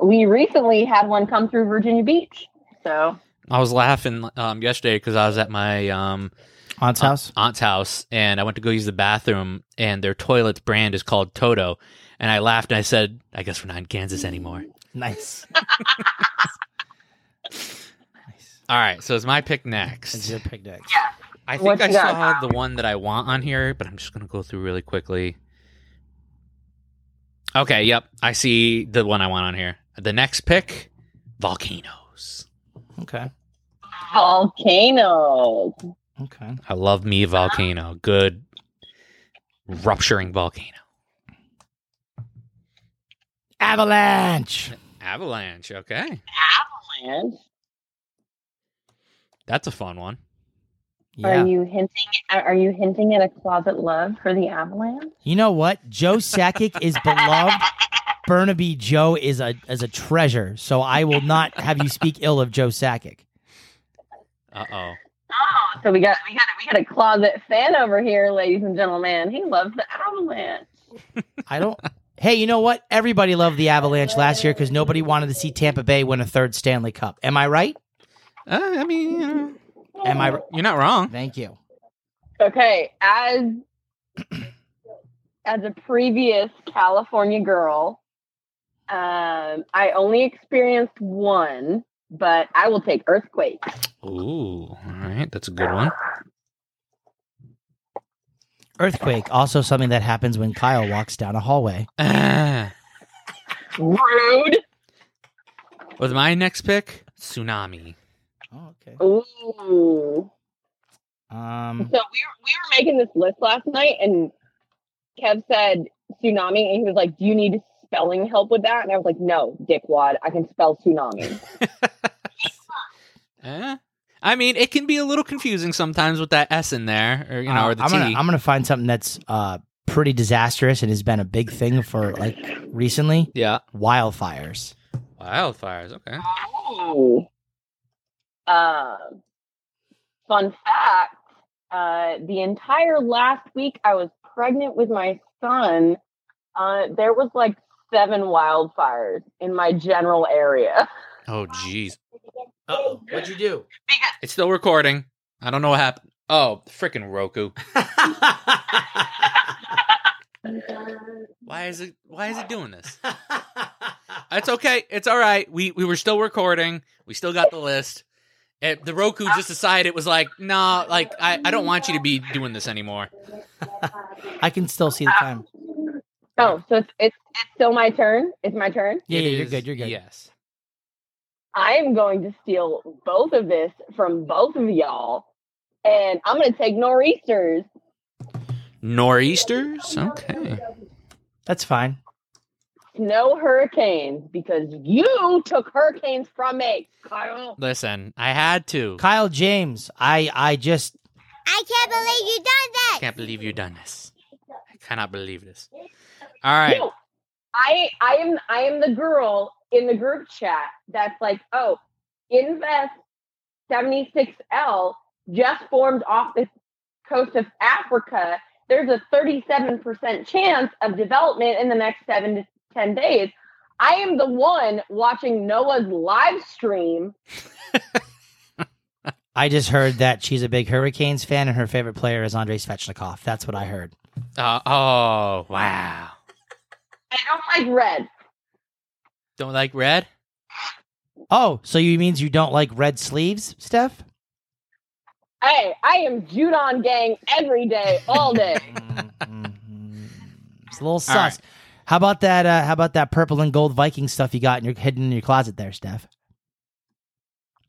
Speaker 3: We recently had one come through Virginia Beach. So
Speaker 1: I was laughing um, yesterday because I was at my um,
Speaker 2: Aunt's
Speaker 1: Uh,
Speaker 2: house.
Speaker 1: aunt's house and I went to go use the bathroom and their toilet's brand is called Toto. And I laughed and I said, I guess we're not in Kansas anymore.
Speaker 2: Nice. nice.
Speaker 1: All right, so it's my pick
Speaker 2: It's
Speaker 1: next.
Speaker 2: your pick next.
Speaker 1: I think
Speaker 3: What
Speaker 1: I
Speaker 3: you got?
Speaker 1: saw the one that I want on here, but I'm just going to go through really quickly. Okay, yep. I see the one I want on here. The next pick volcanoes.
Speaker 2: Okay.
Speaker 3: volcanoes.
Speaker 2: Okay.
Speaker 1: I love me a volcano. Good rupturing volcano.
Speaker 2: Avalanche.
Speaker 1: Avalanche. Okay.
Speaker 3: Avalanche.
Speaker 1: That's a fun one.
Speaker 2: Yeah.
Speaker 3: Are
Speaker 2: You-,
Speaker 3: you hinting? Are you hinting at a closet love for the avalanche?
Speaker 2: know what? Joe Sakic is beloved. Burnaby Joe is a is a treasure. So I will not have you speak ill of Joe Sakic.
Speaker 1: Uh oh.
Speaker 3: Oh, so we got we got we got a closet fan over here, ladies and gentlemen. He loves the avalanche.
Speaker 2: I don't. hey, you know what? Everybody loved the Avalanche last year because nobody wanted to see Tampa Bay win a third Stanley Cup. Am I right?
Speaker 1: Uh, I mean, you know,
Speaker 2: Am I?
Speaker 1: you're not wrong.
Speaker 2: Thank you.
Speaker 3: Okay, as as a previous California girl, um, I only experienced one, but I will take earthquake.
Speaker 1: Ooh, all right, that's a good one.
Speaker 2: Earthquake, also something that happens when Kyle walks down a hallway.
Speaker 1: Ah,
Speaker 3: Rude.
Speaker 1: with my next pick, tsunami.
Speaker 2: Oh, okay.
Speaker 3: Ooh.
Speaker 2: Um,
Speaker 3: So we were, we were making this list last night, and Kev said tsunami, and he was like, "Do you need spelling help with that?" And I was like, "No, dickwad, I can spell tsunami."
Speaker 1: Eh? I mean, it can be a little confusing sometimes with that S in there, or you know, or the
Speaker 2: I'm
Speaker 1: T.
Speaker 2: gonna I'm gonna find something that's uh pretty disastrous and has been a big thing for like recently.
Speaker 1: yeah,
Speaker 2: Wildfires.
Speaker 1: wildfires. Okay.
Speaker 3: Ooh. Um, fun fact: uh, the entire last week I was pregnant with my son. Uh, there was like seven wildfires in my general area.
Speaker 1: Oh, jeez,
Speaker 2: Oh, what'd you do?
Speaker 1: it's still recording. I don't know what happened. Oh, freaking Roku! Why is it? Why is it doing this? It's okay. It's all right. We we were still recording. We still got the list. It, the Roku just decided it was like, nah, like I, I don't want you to be doing this anymore.
Speaker 2: I can still see the time.
Speaker 3: Oh, so it's it's, it's still my turn. It's my turn.
Speaker 2: Yeah,
Speaker 1: It
Speaker 2: yeah, you're
Speaker 1: is-
Speaker 2: good. You're good.
Speaker 1: Yes.
Speaker 3: I am going to steal both of this from both of y'all, and I'm going to take nor'easters.
Speaker 1: Nor'easters? Okay.
Speaker 2: That's fine.
Speaker 3: No hurricanes because you took hurricanes from me, Kyle.
Speaker 1: Listen, I had to.
Speaker 2: Kyle James, I I just
Speaker 4: I can't believe you done that.
Speaker 1: Can't believe you done this. I cannot believe this. All right.
Speaker 3: No, I I am I am the girl in the group chat that's like, oh, invest 76L just formed off the coast of Africa. There's a 37% chance of development in the next seven to ten days. I am the one watching Noah's live stream.
Speaker 2: I just heard that she's a big Hurricanes fan and her favorite player is Andrei Svechnikov. That's what I heard.
Speaker 1: Uh, oh, wow.
Speaker 3: I don't like red.
Speaker 1: Don't like red?
Speaker 2: Oh, so you means you don't like red sleeves, Steph?
Speaker 3: Hey, I am Judon gang every day, all day.
Speaker 2: Mhm. it's a little sus.
Speaker 1: right.
Speaker 2: How about that? Uh, how about that purple and gold Viking stuff you got in your hidden in your closet there, Steph?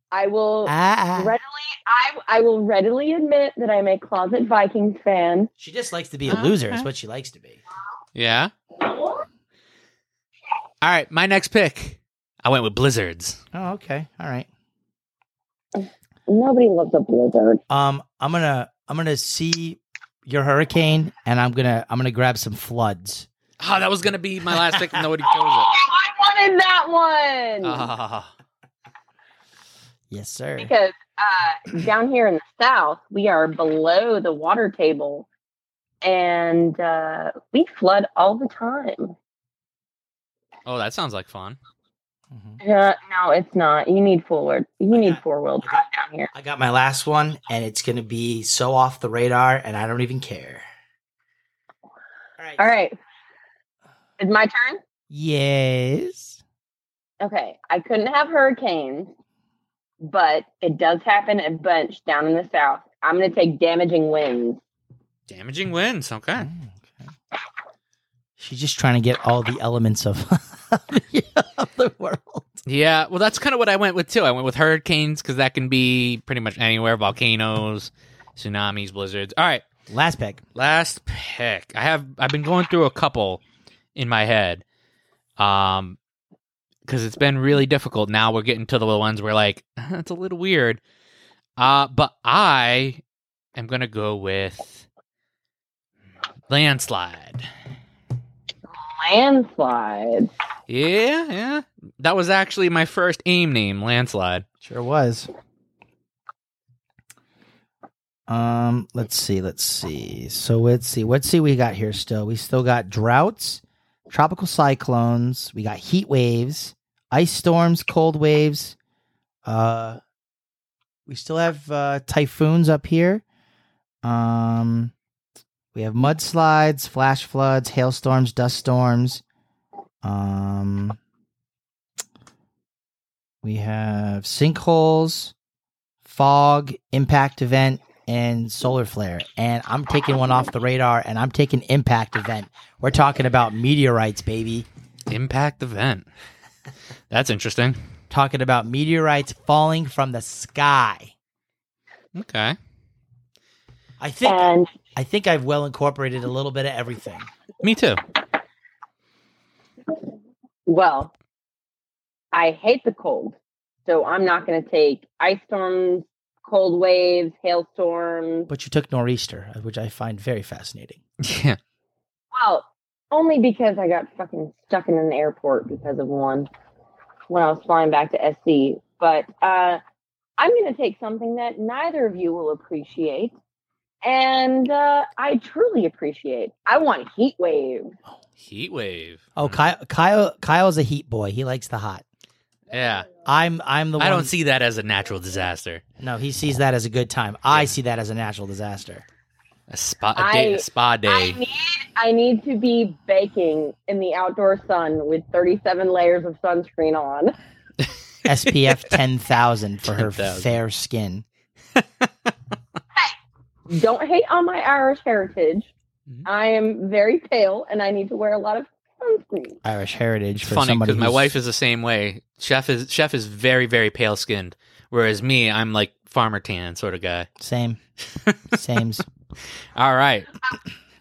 Speaker 3: I will
Speaker 2: Ah, ah.
Speaker 3: readily I I will readily admit that I'm a closet Vikings fan.
Speaker 2: She just likes to be a loser. Is
Speaker 1: Okay.
Speaker 2: what she likes to be.
Speaker 1: Yeah. All right, my next pick. I went with Blizzards.
Speaker 2: Oh, okay. All right.
Speaker 3: Nobody loves a blizzard.
Speaker 2: Um, I'm gonna I'm gonna see your hurricane, and I'm gonna I'm gonna grab some floods.
Speaker 1: Oh, that was gonna be my last pick, and nobody chose
Speaker 3: Oh, I wanted that
Speaker 1: it.
Speaker 3: one
Speaker 1: Ah.
Speaker 2: Yes, sir.
Speaker 3: because uh, down here in the south we are below the water table, and uh, we flood all the time.
Speaker 1: oh, that sounds like fun.
Speaker 2: Mhm.
Speaker 3: Uh, no, it's not. You need forward. You need four wheel
Speaker 2: I got-
Speaker 3: drive down here.
Speaker 2: I got my last one, and it's gonna be so off the radar, and I don't even care. All right.
Speaker 3: All right, it's my turn.
Speaker 2: Yes.
Speaker 3: Okay, I couldn't have hurricanes, but it does happen at Bunch down in the south. I'm going to take damaging winds.
Speaker 1: Damaging winds. Okay.
Speaker 2: Mm, okay. She's just trying to get all the elements of the world.
Speaker 1: Yeah. Well, that's kind of what I went with too. I went with hurricanes because that can be pretty much anywhere: volcanoes, tsunamis, blizzards. All right.
Speaker 2: Last pick.
Speaker 1: Last pick. I have I've been going through a couple in my head. Um because it's been really difficult. Now we're getting to the ones where like it's a little weird. Uh but I am going to go with landslide.
Speaker 3: Landslide.
Speaker 1: Yeah, yeah. That was actually my first aim name, landslide.
Speaker 2: Sure was. Um, let's see, let's see. So let's see, let's see. What we got here still? We still got droughts, tropical cyclones. We got heat waves, ice storms, cold waves. Uh, we still have uh, typhoons up here. Um, we have mudslides, flash floods, hailstorms, dust storms. Um, we have sinkholes, fog, impact event, and solar flare. And I'm taking one off the radar and I'm taking impact event. We're talking about meteorites, baby.
Speaker 1: Impact event. That's interesting.
Speaker 2: Talking about meteorites falling from the sky.
Speaker 1: Okay.
Speaker 2: I think
Speaker 3: And
Speaker 2: I think I've well incorporated a little bit of everything.
Speaker 1: Me too.
Speaker 3: well, I hate the cold. So I'm not going to take ice storms, cold waves, hailstorms.
Speaker 2: But you took nor'easter, which I find very fascinating.
Speaker 1: Yeah.
Speaker 3: Well, only because I got fucking stuck in an airport because of one when I was flying back to SC. But uh, I'm going to take something that neither of you will appreciate. And uh, I truly appreciate. I want heat waves.
Speaker 1: Heat wave.
Speaker 2: Oh, Kyle, Kyle Kyle's a heat boy. He likes the hot.
Speaker 1: Yeah.
Speaker 2: I'm I'm the one
Speaker 1: I don't see that as a natural disaster.
Speaker 2: No, he sees that as a good time. I see that as a natural disaster.
Speaker 1: A spa a day,
Speaker 3: I-
Speaker 1: a spa
Speaker 3: I
Speaker 1: day.
Speaker 3: need I need to be baking in the outdoor sun with 37 layers of sunscreen on.
Speaker 2: SPF 10,000 for her
Speaker 1: 10,000.
Speaker 2: fair skin.
Speaker 3: Don't hate on my Irish heritage.
Speaker 1: Mhm.
Speaker 3: I am very pale and I need to wear a lot of sunscreen.
Speaker 2: Irish heritage
Speaker 1: it's
Speaker 2: for
Speaker 1: funny
Speaker 2: somebody
Speaker 1: because my
Speaker 2: who's-
Speaker 1: wife is the same way. Chef is chef is very very pale skinned, whereas me I'm like farmer tan sort of guy.
Speaker 2: same. Same's.
Speaker 1: All right,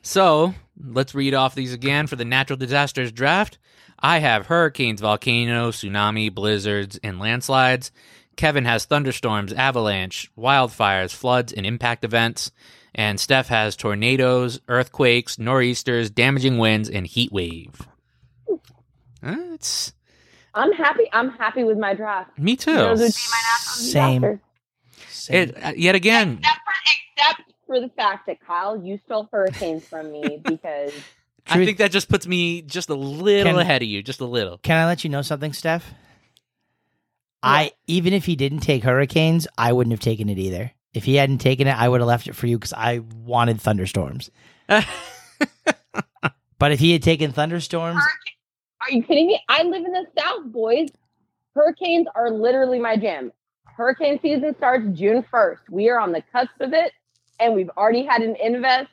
Speaker 1: so let's read off these again for the natural disasters draft. I have hurricanes, volcanoes, tsunami, blizzards, and landslides. Kevin has thunderstorms, avalanche, wildfires, floods, and impact events. And Steph has tornadoes, earthquakes, nor'easters, damaging winds, and heat wave. Uh, it's
Speaker 3: I'm happy. I'm happy with my draft.
Speaker 1: me too.
Speaker 3: Those would be my natural
Speaker 2: Same.
Speaker 3: disasters.
Speaker 2: Same.
Speaker 1: It, uh, yet again,
Speaker 3: Except for, except for the fact that Kyle, you stole hurricanes from me because
Speaker 1: I
Speaker 2: Truth-
Speaker 1: think that just puts me just a little
Speaker 2: Can-
Speaker 1: ahead of you, just a little.
Speaker 2: Can I let you know something, Steph? I even if he didn't take hurricanes, I wouldn't have taken it either. If he hadn't taken it, I would have left it for you because I wanted thunderstorms. But if he had taken thunderstorms,
Speaker 3: Are you kidding me? I live in the South, boys. Hurricanes are literally my jam. Hurricane season starts June 1st. We are on the cusp of it, and we've already had an invest.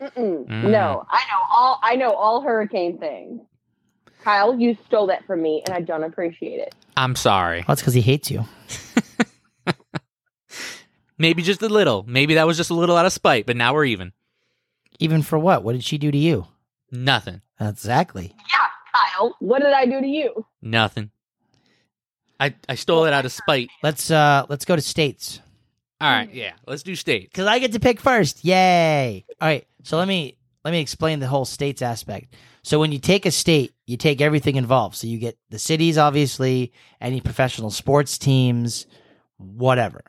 Speaker 3: Mm-mm.
Speaker 1: Mm.
Speaker 3: No, I know all. I know all hurricane things. Kyle, you stole that from me, and I don't appreciate it.
Speaker 1: I'm sorry.
Speaker 2: Well, that's because he hates you.
Speaker 1: Maybe just a little. Maybe that was just a little out of spite, but now we're even.
Speaker 2: Even for what? What did she do to you?
Speaker 1: Nothing.
Speaker 2: Exactly.
Speaker 3: Yeah, Kyle, what did I do to you?
Speaker 1: Nothing. I I stole it out of spite.
Speaker 2: Let's uh let's go to states.
Speaker 1: All right, yeah. Let's do state.
Speaker 2: Cause I get to pick first. Yay. All right. So let me let me explain the whole states aspect. So when you take a state, you take everything involved. So you get the cities, obviously, any professional sports teams, whatever.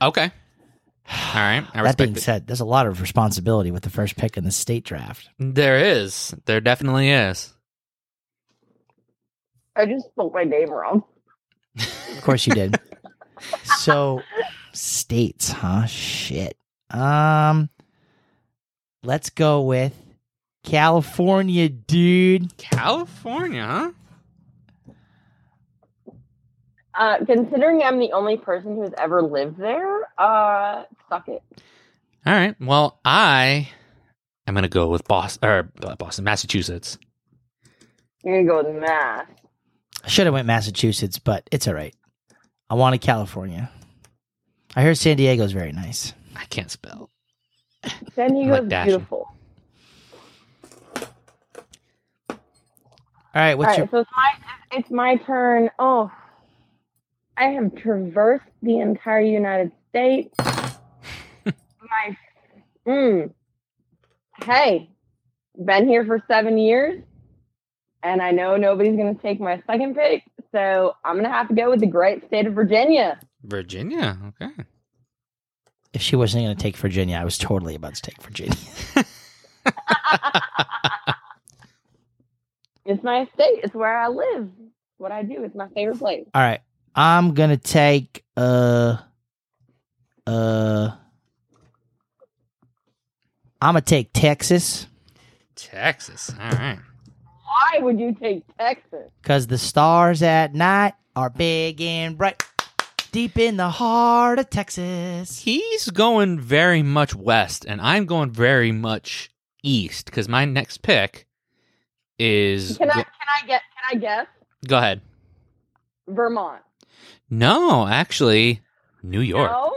Speaker 1: Okay. All right. I
Speaker 2: that being
Speaker 1: respect it.
Speaker 2: said, there's a lot of responsibility with the first pick in the state draft.
Speaker 1: There is. There definitely is.
Speaker 3: I just spoke my name wrong.
Speaker 2: Of course you did. so states, huh? Shit. Um let's go with California, dude.
Speaker 1: California, huh?
Speaker 3: Uh, considering I'm the only person who's ever lived there, uh, suck it.
Speaker 1: All right. Well, I am going to go with Boston or uh, Boston, Massachusetts.
Speaker 3: You're gonna go with math.
Speaker 2: I should have went Massachusetts, but it's all right. I wanted California. I hear San Diego's very nice.
Speaker 1: I can't spell.
Speaker 3: San
Speaker 1: like
Speaker 3: Diego's
Speaker 1: dashing.
Speaker 3: beautiful.
Speaker 2: All right, what's your
Speaker 3: All right, so it's my it's my turn. Oh, I have traversed the entire United States. my, mm, hey, been here for seven years, and I know nobody's gonna take my second pick, so I'm gonna have to go with the great state of Virginia.
Speaker 1: Virginia. Okay.
Speaker 2: if she wasn't going to take Virginia, I was totally about to take Virginia.
Speaker 3: It's my state. It's where I live. It's what I do. It's my favorite place.
Speaker 2: All right. I'm going to take uh uh I'm going to take Texas
Speaker 1: Texas. All right.
Speaker 3: Why would you take Texas?
Speaker 2: cuz the stars at night are big and bright deep in the heart of Texas.
Speaker 1: He's going very much west, and I'm going very much east because my next pick is.
Speaker 3: Can I
Speaker 1: go,
Speaker 3: can I get can I guess
Speaker 1: go ahead.
Speaker 3: Vermont?
Speaker 1: No, actually, New York.
Speaker 3: No?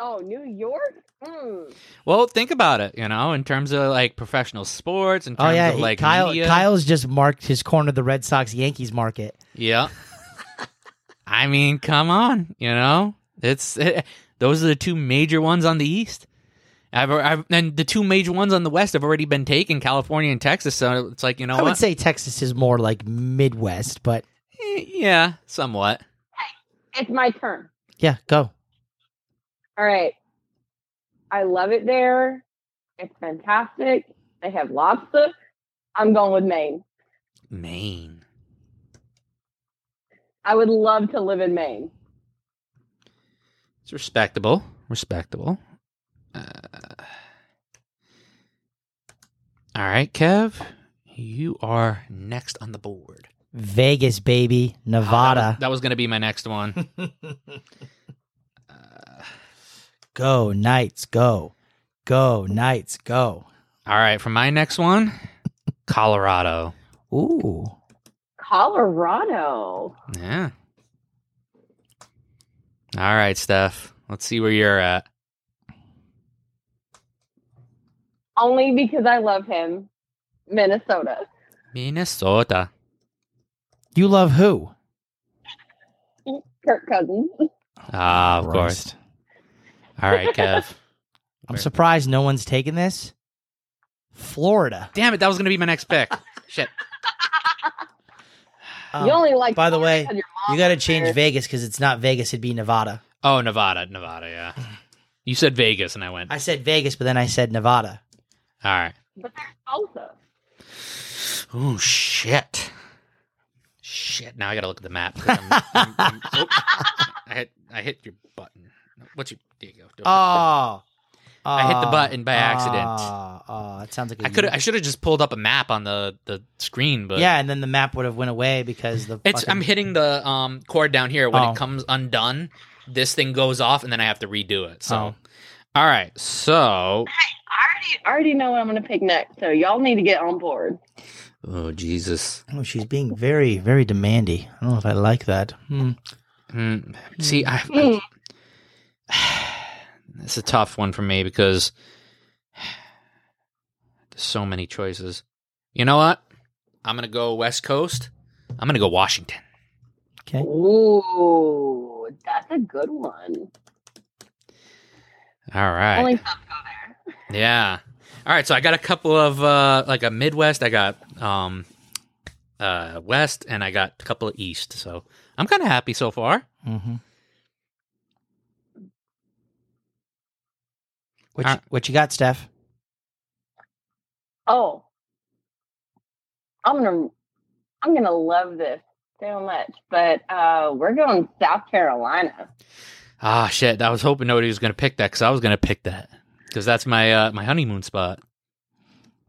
Speaker 3: Oh, New York? Mm.
Speaker 1: Well, think about it. You know, in terms of like professional sports, in
Speaker 2: Oh
Speaker 1: terms
Speaker 2: yeah,
Speaker 1: of
Speaker 2: he-
Speaker 1: like
Speaker 2: Kyle
Speaker 1: media.
Speaker 2: Kyle's just marked his corner of the Red Sox Yankees market.
Speaker 1: Yeah. I mean, come on, you know? It's eh, those are the two major ones on the east. I've, I've and the two major ones on the west have already been taken, California and Texas, so it's like, you know
Speaker 2: I would
Speaker 1: what?
Speaker 2: say Texas is more like Midwest, but
Speaker 1: Eh, yeah, somewhat.
Speaker 3: It's my turn.
Speaker 2: yeah, go.
Speaker 3: All right. I love it there. It's fantastic. They have lobster. I'm going with Maine.
Speaker 1: Maine.
Speaker 3: I would love to live in Maine.
Speaker 1: It's respectable. Respectable. Uh, all right, Kev, you are next on the board.
Speaker 2: Vegas baby, Nevada.
Speaker 1: That was going to be my next one. Ah.
Speaker 2: go Knights, go. Go Knights, go.
Speaker 1: All right, for my next one, Colorado.
Speaker 2: Ooh.
Speaker 3: Colorado.
Speaker 1: Yeah. All right, Steph. Let's see where you're at.
Speaker 3: Only because I love him. Minnesota.
Speaker 1: Minnesota.
Speaker 2: You love who?
Speaker 3: Kirk Cousins.
Speaker 1: Ah, of course.
Speaker 2: Christ.
Speaker 1: All right, Kev.
Speaker 2: I'm
Speaker 1: Where-
Speaker 2: surprised no one's taken this. Florida.
Speaker 1: Damn it, that was gonna be my next pick. Shit.
Speaker 2: Um,
Speaker 3: you only like
Speaker 2: by the
Speaker 3: Florida
Speaker 2: way,
Speaker 3: 'cause your mom
Speaker 2: Um, you got to
Speaker 3: lives
Speaker 2: change
Speaker 3: there.
Speaker 2: Vegas because it's not Vegas, it'd be Nevada.
Speaker 1: Oh, Nevada, Nevada. Yeah. You said Vegas, and I went. All
Speaker 2: I said Vegas, but then I said Nevada.
Speaker 1: right.
Speaker 3: But there's salsa.
Speaker 1: Oh shit. Shit. Now I gotta look at the map. 'cause I'm- I'm- I'm- oops. I hit. I hit your button. What's your? There you go. Don't-
Speaker 2: Oh.
Speaker 1: I hit the
Speaker 2: Oh.
Speaker 1: button by accident.
Speaker 2: Oh, oh, it sounds like a
Speaker 1: I could. I should have just pulled up a map on the the screen, but
Speaker 2: yeah, and then the map would have went away because the
Speaker 1: It's
Speaker 2: fucking-
Speaker 1: I'm hitting the um chord down here. When
Speaker 2: Oh.
Speaker 1: it comes undone, this thing goes off, and then I have to redo it. So,
Speaker 2: Oh.
Speaker 1: all right. So,
Speaker 3: I already, I already know what I'm going to pick next, so y'all need to get on board.
Speaker 1: Oh Jesus!
Speaker 2: Oh, she's being very, very demandy. I don't know if I like that. Hmm.
Speaker 1: Mm. See, I, I it's a tough one for me because there's so many choices. You know what? I'm gonna go West Coast. I'm gonna go Washington.
Speaker 2: Okay.
Speaker 3: Ooh, that's a good one.
Speaker 1: All right.
Speaker 3: Only some go there.
Speaker 1: Yeah. All right. So I got a couple of uh, like a Midwest. I got um, uh, West, and I got a couple of East. So I'm kind of happy so far.
Speaker 2: Mm-hmm. What,
Speaker 1: Uh,
Speaker 2: you, what you got, Steph?
Speaker 3: Oh, I'm gonna, I'm gonna love this so much. But uh, we're going South Carolina.
Speaker 1: Ah, shit. I was hoping nobody was going to pick that because I was going to pick that because that's my uh, my honeymoon spot.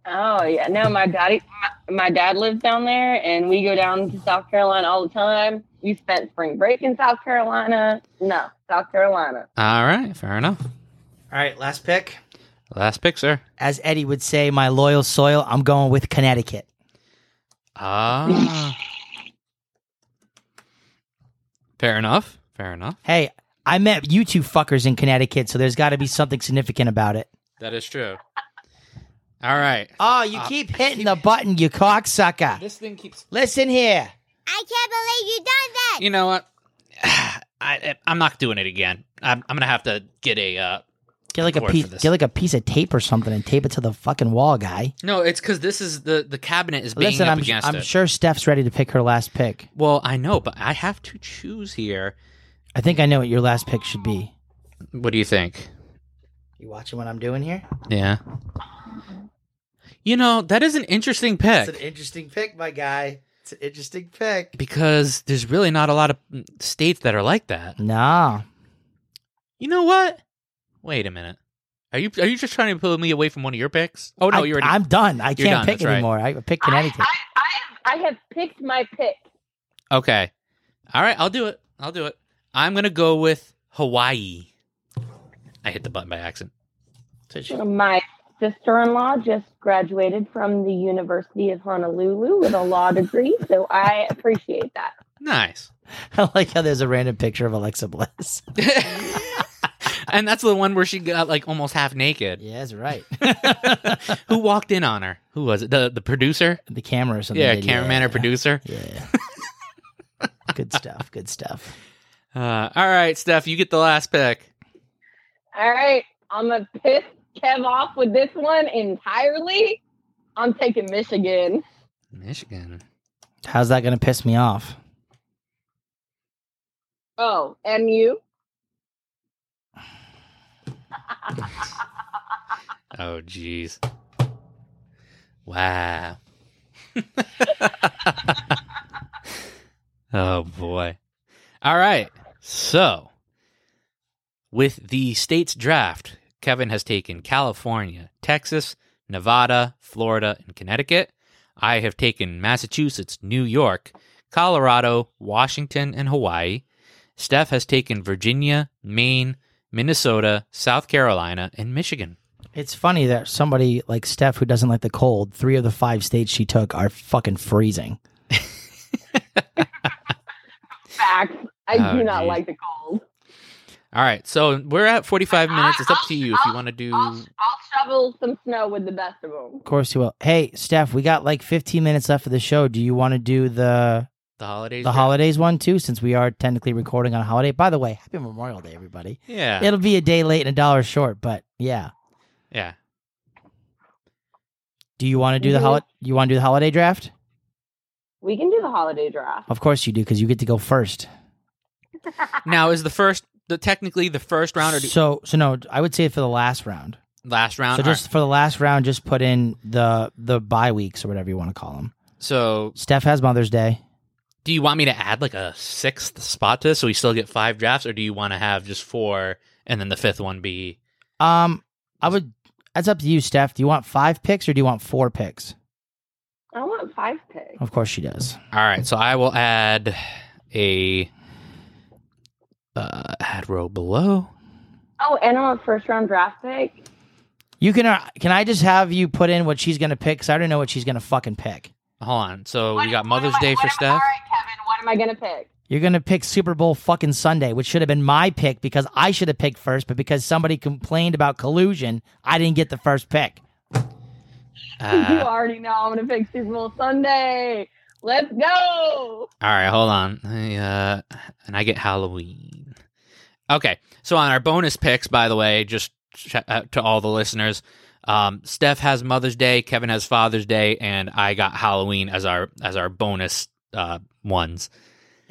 Speaker 3: Oh yeah, no, my daddy, my, my dad lives down there, and we go down to South Carolina all the time. We spent spring break in South Carolina. No, South Carolina.
Speaker 1: All right. Fair enough.
Speaker 2: All right, last pick.
Speaker 1: Last pick, sir.
Speaker 2: As Eddie would say, my loyal soil, I'm going with Connecticut.
Speaker 1: Ah. fair enough. Fair enough.
Speaker 2: Hey, I met you two fuckers in Connecticut, so there's got to be something significant about it.
Speaker 1: That is true. All right.
Speaker 2: Oh, you
Speaker 1: Uh,
Speaker 2: keep hitting the button, you cocksucker.
Speaker 1: This thing keeps
Speaker 2: Listen here.
Speaker 4: I can't believe you done that.
Speaker 1: you know what? I, I'm not doing it again. I'm, I'm gonna have to get a. Uh,
Speaker 2: Get like a
Speaker 1: Word
Speaker 2: piece,
Speaker 1: for this.
Speaker 2: get like a piece of tape or something, and tape it to the fucking wall, guy.
Speaker 1: no, it's because this is the the cabinet is being
Speaker 2: Listen,
Speaker 1: up
Speaker 2: I'm
Speaker 1: against
Speaker 2: I'm
Speaker 1: it.
Speaker 2: sure Steph's ready to pick her last pick.
Speaker 1: well, I know, but I have to choose here.
Speaker 2: I think I know what your last pick should be.
Speaker 1: What do you think?
Speaker 2: You watching what I'm doing here?
Speaker 1: Yeah. You know that is an interesting
Speaker 2: It's
Speaker 1: pick
Speaker 2: an interesting pick, my guy. It's an interesting pick.
Speaker 1: because there's really not a lot of mm, states that are like that.
Speaker 2: Nah,
Speaker 1: You know what? Wait a minute. Are you are you just trying to pull me away from one of your picks? Oh no,
Speaker 2: I,
Speaker 1: you already.
Speaker 2: I'm done. I
Speaker 1: You're
Speaker 2: can't
Speaker 1: done,
Speaker 2: pick
Speaker 1: that's right.
Speaker 2: anymore. I picked
Speaker 3: I,
Speaker 2: Connecticut.
Speaker 3: I, I, have, I have picked my pick.
Speaker 1: Okay. All right, I'll do it. I'll do it. I'm going to go with Hawaii. I hit the button by accident.
Speaker 3: My sister-in-law just graduated from the University of Honolulu with a law degree, so I appreciate that.
Speaker 1: Nice.
Speaker 2: I like how there's a random picture of Alexa Bliss.
Speaker 1: and that's the one where she got like almost half naked.
Speaker 2: yeah, that's right.
Speaker 1: Who walked in on her? Who was it? The the producer?
Speaker 2: the camera or something.
Speaker 1: Yeah, cameraman or producer.
Speaker 2: Yeah. good stuff. Good stuff.
Speaker 1: Uh, all right, Steph, you get the last pick.
Speaker 3: All right, I'm gonna piss Kev off with this one entirely. I'm taking Michigan.
Speaker 1: Michigan.
Speaker 2: How's that going to piss me off?
Speaker 3: Oh, MU.
Speaker 1: Oh jeez. Wow. oh boy. All right. So, with the state's draft, Kevin has taken California, Texas, Nevada, Florida, and Connecticut. I have taken Massachusetts, New York, Colorado, Washington, and Hawaii. Steph has taken Virginia, Maine, Minnesota, South Carolina, and Michigan.
Speaker 2: It's funny that somebody like Steph, who doesn't like the cold, three of the five states she took are fucking freezing.
Speaker 3: Facts. I
Speaker 1: Oh,
Speaker 3: do not
Speaker 1: geez.
Speaker 3: like the cold.
Speaker 1: All right, so we're at 45 minutes. It's up to you if you want to do.
Speaker 3: I'll, I'll shovel some snow with the best of them.
Speaker 2: Of course you will. Hey, Steph, we got like 15 minutes left of the show. Do you want to do the
Speaker 1: The holidays.
Speaker 2: the
Speaker 1: yeah.
Speaker 2: holidays one too? Since we are technically recording on a holiday. By the way, happy Memorial Day, everybody.
Speaker 1: Yeah.
Speaker 2: It'll be a day late and a dollar short, but yeah.
Speaker 1: Yeah.
Speaker 2: Do you want to do the hol- You want to do the holiday draft?
Speaker 3: We can do the holiday draft.
Speaker 2: Of course you do, because you get to go first.
Speaker 1: Now is the first, the technically the first round or do, Uh-huh.
Speaker 2: so so no, I would say for the last round.
Speaker 1: last round.
Speaker 2: So
Speaker 1: All
Speaker 2: just for the last round, just put in the the bye weeks or whatever you want to call them.
Speaker 1: right. So
Speaker 2: Steph has Mother's Day.
Speaker 1: do you want me to add like a sixth spot to this so we still get five drafts, or do you want to have just four and then the fifth one be?
Speaker 2: Um, I would. That's up to you, Steph. Do you want five picks or do you want four picks?
Speaker 3: I want five
Speaker 1: Oh.
Speaker 3: picks.
Speaker 2: Of course she does.
Speaker 1: All right, so I will add a uh, add row below.
Speaker 3: Oh, and I want first round draft pick.
Speaker 2: You can. Uh, can I just have you put in what she's gonna pick? Cause I already know what she's gonna fucking pick.
Speaker 1: Hold on. So
Speaker 3: What-
Speaker 1: we got
Speaker 3: what
Speaker 1: Mother's
Speaker 3: am I-
Speaker 1: Day
Speaker 3: what
Speaker 1: for
Speaker 3: am I- All
Speaker 1: Steph.
Speaker 3: right, Kevin, what am I gonna pick?
Speaker 2: You're going to pick Super Bowl fucking Sunday, which should have been my pick because I should have picked first, but because somebody complained about collusion, I didn't get the first pick.
Speaker 3: you
Speaker 1: Uh,
Speaker 3: already know I'm gonna pick Super Bowl Sunday. Let's go.
Speaker 1: All right, hold on. I, uh, and I get Halloween. Okay, so on our bonus picks, by the way, just sh- uh, to all the listeners, um, Steph has Mother's Day, Kevin has Father's Day, and I got Halloween as our as our bonus uh, ones.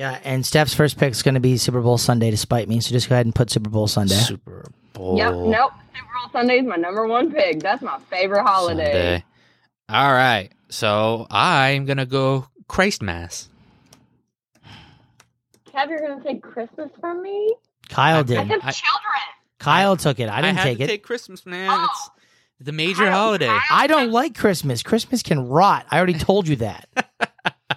Speaker 2: Yeah, and Steph's first pick is going to be Super Bowl Sunday to spite me, so just go ahead and put Super Bowl Sunday.
Speaker 1: Super Bowl.
Speaker 3: Yep. Nope. Super Bowl Sunday is my number one pick. That's my favorite holiday.
Speaker 1: Sunday. All right, so I'm gonna go Christmas.
Speaker 3: Kev, you're gonna take Christmas from me?
Speaker 2: Kyle
Speaker 3: I
Speaker 2: did.
Speaker 3: have
Speaker 1: I-
Speaker 3: children.
Speaker 2: Kyle took it. I didn't
Speaker 1: had
Speaker 2: take
Speaker 1: to
Speaker 2: it.
Speaker 1: Take Christmas, man.
Speaker 3: Oh.
Speaker 1: It's the major
Speaker 3: Kyle,
Speaker 1: holiday.
Speaker 3: Kyle,
Speaker 2: I don't like Christmas. Christmas can rot. I already told you that.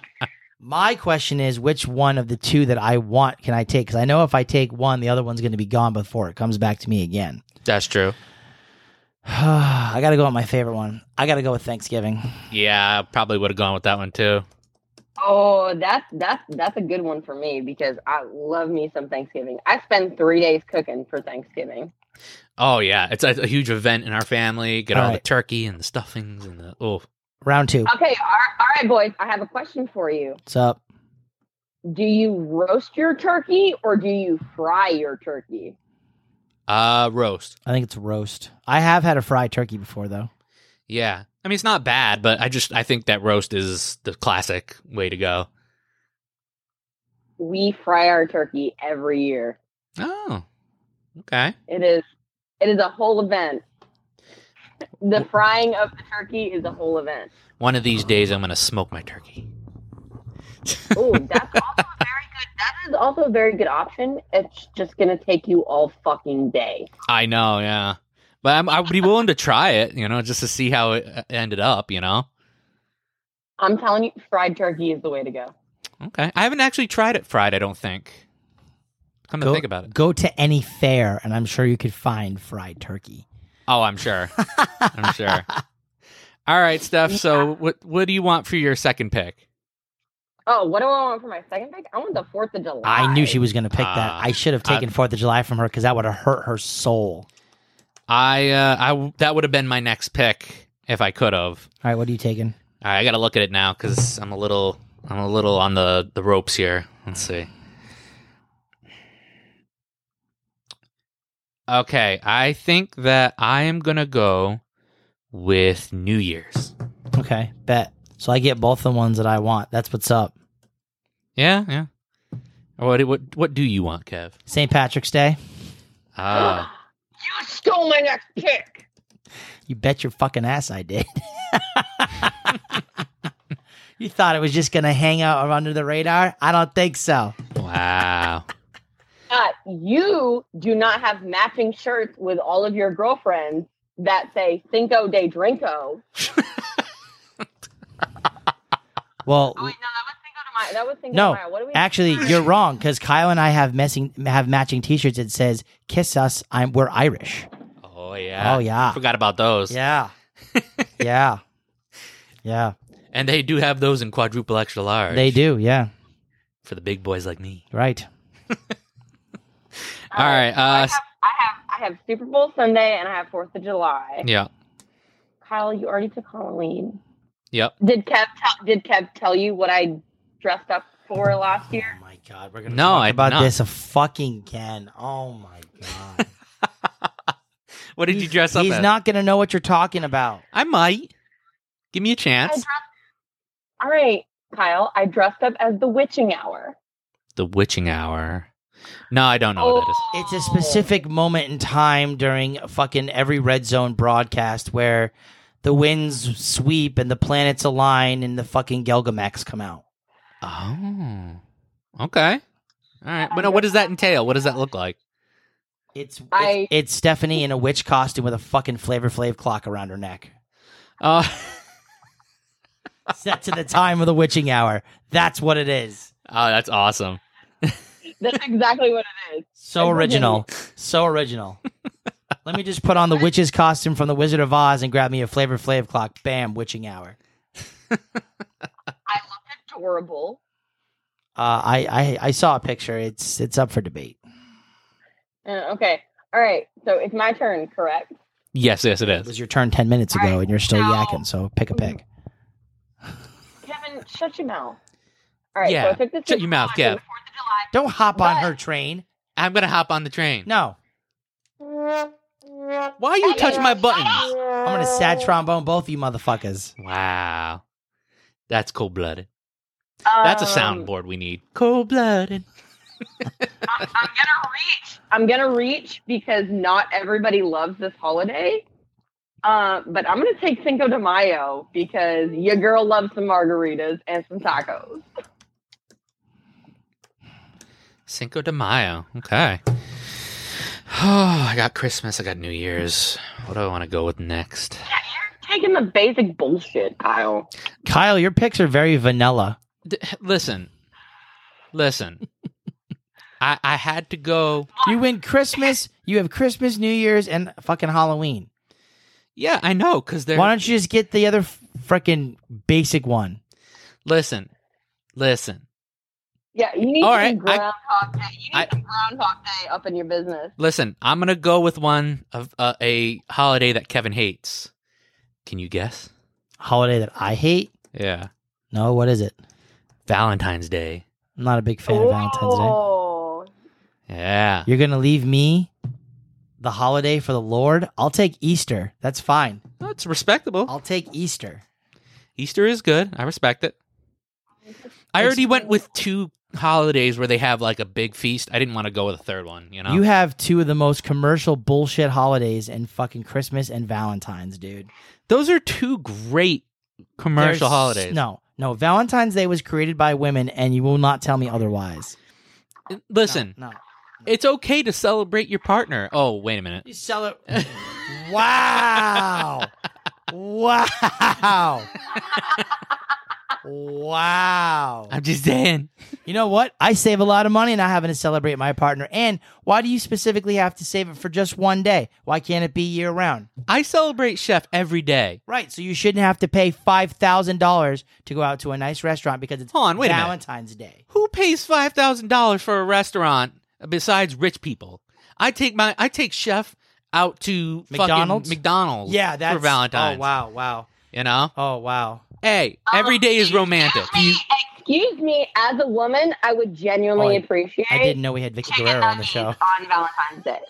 Speaker 2: My question is which one of the two that I want can I take? Because I know if I take one, the other one's going to be gone before it comes back to me again.
Speaker 1: That's true.
Speaker 2: I got to go with my favorite one. I got to go with Thanksgiving.
Speaker 1: Yeah, I probably would have gone with that one too.
Speaker 3: Oh, that's that's that's a good one for me because I love me some Thanksgiving. I spend three days cooking for Thanksgiving.
Speaker 1: Oh yeah, it's a, a huge event in our family. Get all,
Speaker 2: All
Speaker 1: the
Speaker 2: right.
Speaker 1: turkey and the stuffings and the oh.
Speaker 2: Round two.
Speaker 3: Okay, all right, all right, boys. I have a question for you.
Speaker 2: What's up?
Speaker 3: Do you roast your turkey or do you fry your turkey?
Speaker 1: Uh, roast.
Speaker 2: I think it's roast. I have had a fried turkey before, though.
Speaker 1: Yeah, I mean it's not bad, but I just I think that roast is the classic way to go.
Speaker 3: We fry our turkey every year.
Speaker 1: Oh, okay.
Speaker 3: It is it is a whole event. The frying of the turkey is a whole event.
Speaker 1: One of these days I'm gonna smoke my turkey.
Speaker 3: Oh, that's also a very good. That is also a very good option. It's just gonna take you all fucking day.
Speaker 1: I know, yeah, but I'm, I would be willing to try it, you know, just to see how it uh, ended up, you know.
Speaker 3: I'm telling you, fried turkey is the way to go.
Speaker 1: Okay, I haven't actually tried it fried. I don't think. Come to
Speaker 2: Go-
Speaker 1: think about it.
Speaker 2: Go to any fair, and I'm sure you could find fried turkey.
Speaker 1: Oh, I'm sure. I'm sure. All right, Steph. So, what what do you want for your second pick?
Speaker 3: Oh, what do I want for my second pick? I want the Fourth of July.
Speaker 2: I knew she was going to pick
Speaker 1: Ah.
Speaker 2: that. I should have taken Fourth of July from her because that would have hurt her soul.
Speaker 1: I uh, I w- that would have been my next pick if I could have.
Speaker 2: All right, what are you taking?
Speaker 1: All right, I got to look at it now because I'm a little I'm a little on the the ropes here. Let's see. Okay, I think that I am gonna go with New Year's.
Speaker 2: Okay, bet. So I get both the ones that I want. That's what's up.
Speaker 1: Yeah, yeah. Or What what what do you want, Kev?
Speaker 2: St. Patrick's Day.
Speaker 1: Ah.
Speaker 3: you stole my next pick.
Speaker 2: You bet your fucking ass I did. you thought it was just going to hang out under the radar? I don't think so.
Speaker 1: Wow.
Speaker 3: Uh, you do not have matching shirts with all of your girlfriends that say Cinco de Drinko.
Speaker 2: Well,
Speaker 3: Oh wait, no, that was Cinco de Mayo. That was Cinco
Speaker 2: No,
Speaker 3: de Mayo. What do we
Speaker 2: actually, you're wrong because Kyle and I have messing have matching T-shirts that says "Kiss us, I'm we're Irish."
Speaker 1: Oh yeah.
Speaker 2: Oh yeah,
Speaker 1: Forgot about those.
Speaker 2: yeah, yeah, yeah.
Speaker 1: And they do have those in quadruple extra large.
Speaker 2: They do. Yeah,
Speaker 1: for the big boys like me.
Speaker 2: right.
Speaker 1: All right.
Speaker 3: Oh, I,
Speaker 1: Uh,
Speaker 3: have, I have I have Super Bowl Sunday and I have Fourth of July.
Speaker 1: yeah.
Speaker 3: Kyle, you already took Halloween.
Speaker 1: Yep.
Speaker 3: Did Kev tell, did Kev tell you what I dressed up for last year?
Speaker 2: Oh my god, we're
Speaker 1: No,
Speaker 2: talk
Speaker 1: I did
Speaker 2: about
Speaker 1: not.
Speaker 2: this a fucking can. Oh my god,
Speaker 1: What did you dress up
Speaker 2: he's
Speaker 1: as?
Speaker 2: not gonna know what you're talking about.
Speaker 1: I might. Give me a
Speaker 3: I
Speaker 1: chance.
Speaker 3: dressed, all right, Kyle, I dressed up as the witching hour.
Speaker 1: The witching hour. No, I don't know what that is.
Speaker 3: Oh.
Speaker 2: It's a specific moment in time during fucking every red zone broadcast where the winds sweep and the planets align and the fucking Gelgamex come out.
Speaker 1: Oh. Okay. All right. But no, what does that entail? What does that look like?
Speaker 2: It's it's,
Speaker 3: I-
Speaker 2: it's Stephanie in a witch costume with a fucking Flavor Flav clock around her neck.
Speaker 1: Uh,
Speaker 2: Set to the time of the witching hour. That's what it is.
Speaker 1: oh, that's awesome.
Speaker 3: That's exactly what it is.
Speaker 2: So original. So original. Let me just put on the witch's costume from the Wizard of Oz and grab me a Flavor Flav clock. Bam, witching hour.
Speaker 3: horrible.
Speaker 2: Uh, I, I I saw a picture. It's it's up for debate.
Speaker 3: Uh, okay. All right. So it's my turn, correct?
Speaker 1: Yes, yes, it
Speaker 2: It
Speaker 1: is.
Speaker 2: was your turn ten minutes ago,
Speaker 3: All right,
Speaker 2: and you're still
Speaker 3: so-
Speaker 2: yakking. So pick a pick.
Speaker 3: Kevin, shut your mouth. All right.
Speaker 1: Yeah,
Speaker 3: So I took this
Speaker 1: shut your mouth,
Speaker 3: on the
Speaker 1: Kev.
Speaker 3: 4th of July.
Speaker 2: Don't hop on
Speaker 3: But-
Speaker 2: her train.
Speaker 1: I'm gonna hop on the train.
Speaker 2: No,
Speaker 1: Why you touch my buttons?
Speaker 2: I'm gonna sad trombone both you motherfuckers.
Speaker 1: Wow, that's cold blooded. That's a
Speaker 3: Um,
Speaker 1: soundboard we need. Cold blooded.
Speaker 3: I'm I'm gonna reach. I'm gonna reach because not everybody loves this holiday. Uh, but I'm gonna take Cinco de Mayo because your girl loves some margaritas and some tacos.
Speaker 1: Cinco de Mayo. Okay. Oh, I got Christmas. I got New Year's. What do I want to go with next?
Speaker 3: Yeah, you're taking the basic bullshit, Kyle.
Speaker 2: Kyle, your picks are very vanilla.
Speaker 1: D- listen, listen. I I had to go.
Speaker 2: You win Christmas. You have Christmas, New Year's, and fucking Halloween.
Speaker 1: Yeah, I know. Cause they're
Speaker 2: Why don't you just get the other freaking basic one?
Speaker 1: listen, listen,
Speaker 3: Yeah, you need
Speaker 1: All
Speaker 3: some
Speaker 1: right, I-
Speaker 3: groundhog day. You need
Speaker 1: I-
Speaker 3: some groundhog day up in your business.
Speaker 1: listen. I'm gonna go with one of uh, a holiday that Kevin hates. Can you guess?
Speaker 2: Holiday that I hate?
Speaker 1: Yeah,
Speaker 2: No, what is it?
Speaker 1: Valentine's Day.
Speaker 2: I'm not a big fan of Valentine's Day.
Speaker 3: Oh,
Speaker 1: Yeah,
Speaker 2: You're gonna leave me the holiday for the Lord? I'll take Easter. That's fine.
Speaker 1: that's respectable.
Speaker 2: I'll take Easter.
Speaker 1: Easter is good. I respect it. I already went with two holidays where they have like a big feast. I didn't want to go with a third one, you know.
Speaker 2: You have two of the most commercial bullshit holidays and fucking Christmas and Valentine's, dude.
Speaker 1: Those are two great commercial
Speaker 2: There's-
Speaker 1: holidays.
Speaker 2: No, no. Valentine's Day was created by women, and you will not tell me otherwise.
Speaker 1: Listen,
Speaker 2: No. no.
Speaker 1: it's okay to celebrate your partner. Oh, wait a minute.
Speaker 2: You sell it. wow. Wow. wow.
Speaker 1: I'm just saying.
Speaker 2: You know what? I save a lot of money not having to celebrate my partner. And why do you specifically have to save it for just one day? Why can't it be year round?
Speaker 1: I celebrate chef every day.
Speaker 2: Right. So you shouldn't have to pay $5,000 to go out to a nice restaurant because it's
Speaker 1: Hold on, wait a minute.
Speaker 2: Valentine's Day.
Speaker 1: Who pays five thousand dollars for a restaurant besides rich people? I take my I take chef out to fucking
Speaker 2: McDonald's?
Speaker 1: McDonald's.
Speaker 2: Yeah, that's
Speaker 1: for Valentine's.
Speaker 2: Oh, wow. Wow.
Speaker 1: You know.
Speaker 2: Oh, wow.
Speaker 1: Hey,
Speaker 2: Oh,
Speaker 1: every day is romantic.
Speaker 3: Excuse me, excuse me, as a woman, I would genuinely
Speaker 2: Oh, I-
Speaker 3: appreciate.
Speaker 2: I didn't know we had Vicky
Speaker 3: chicken
Speaker 2: Guerrero on the
Speaker 3: nuggets
Speaker 2: show.
Speaker 3: on Valentine's Day.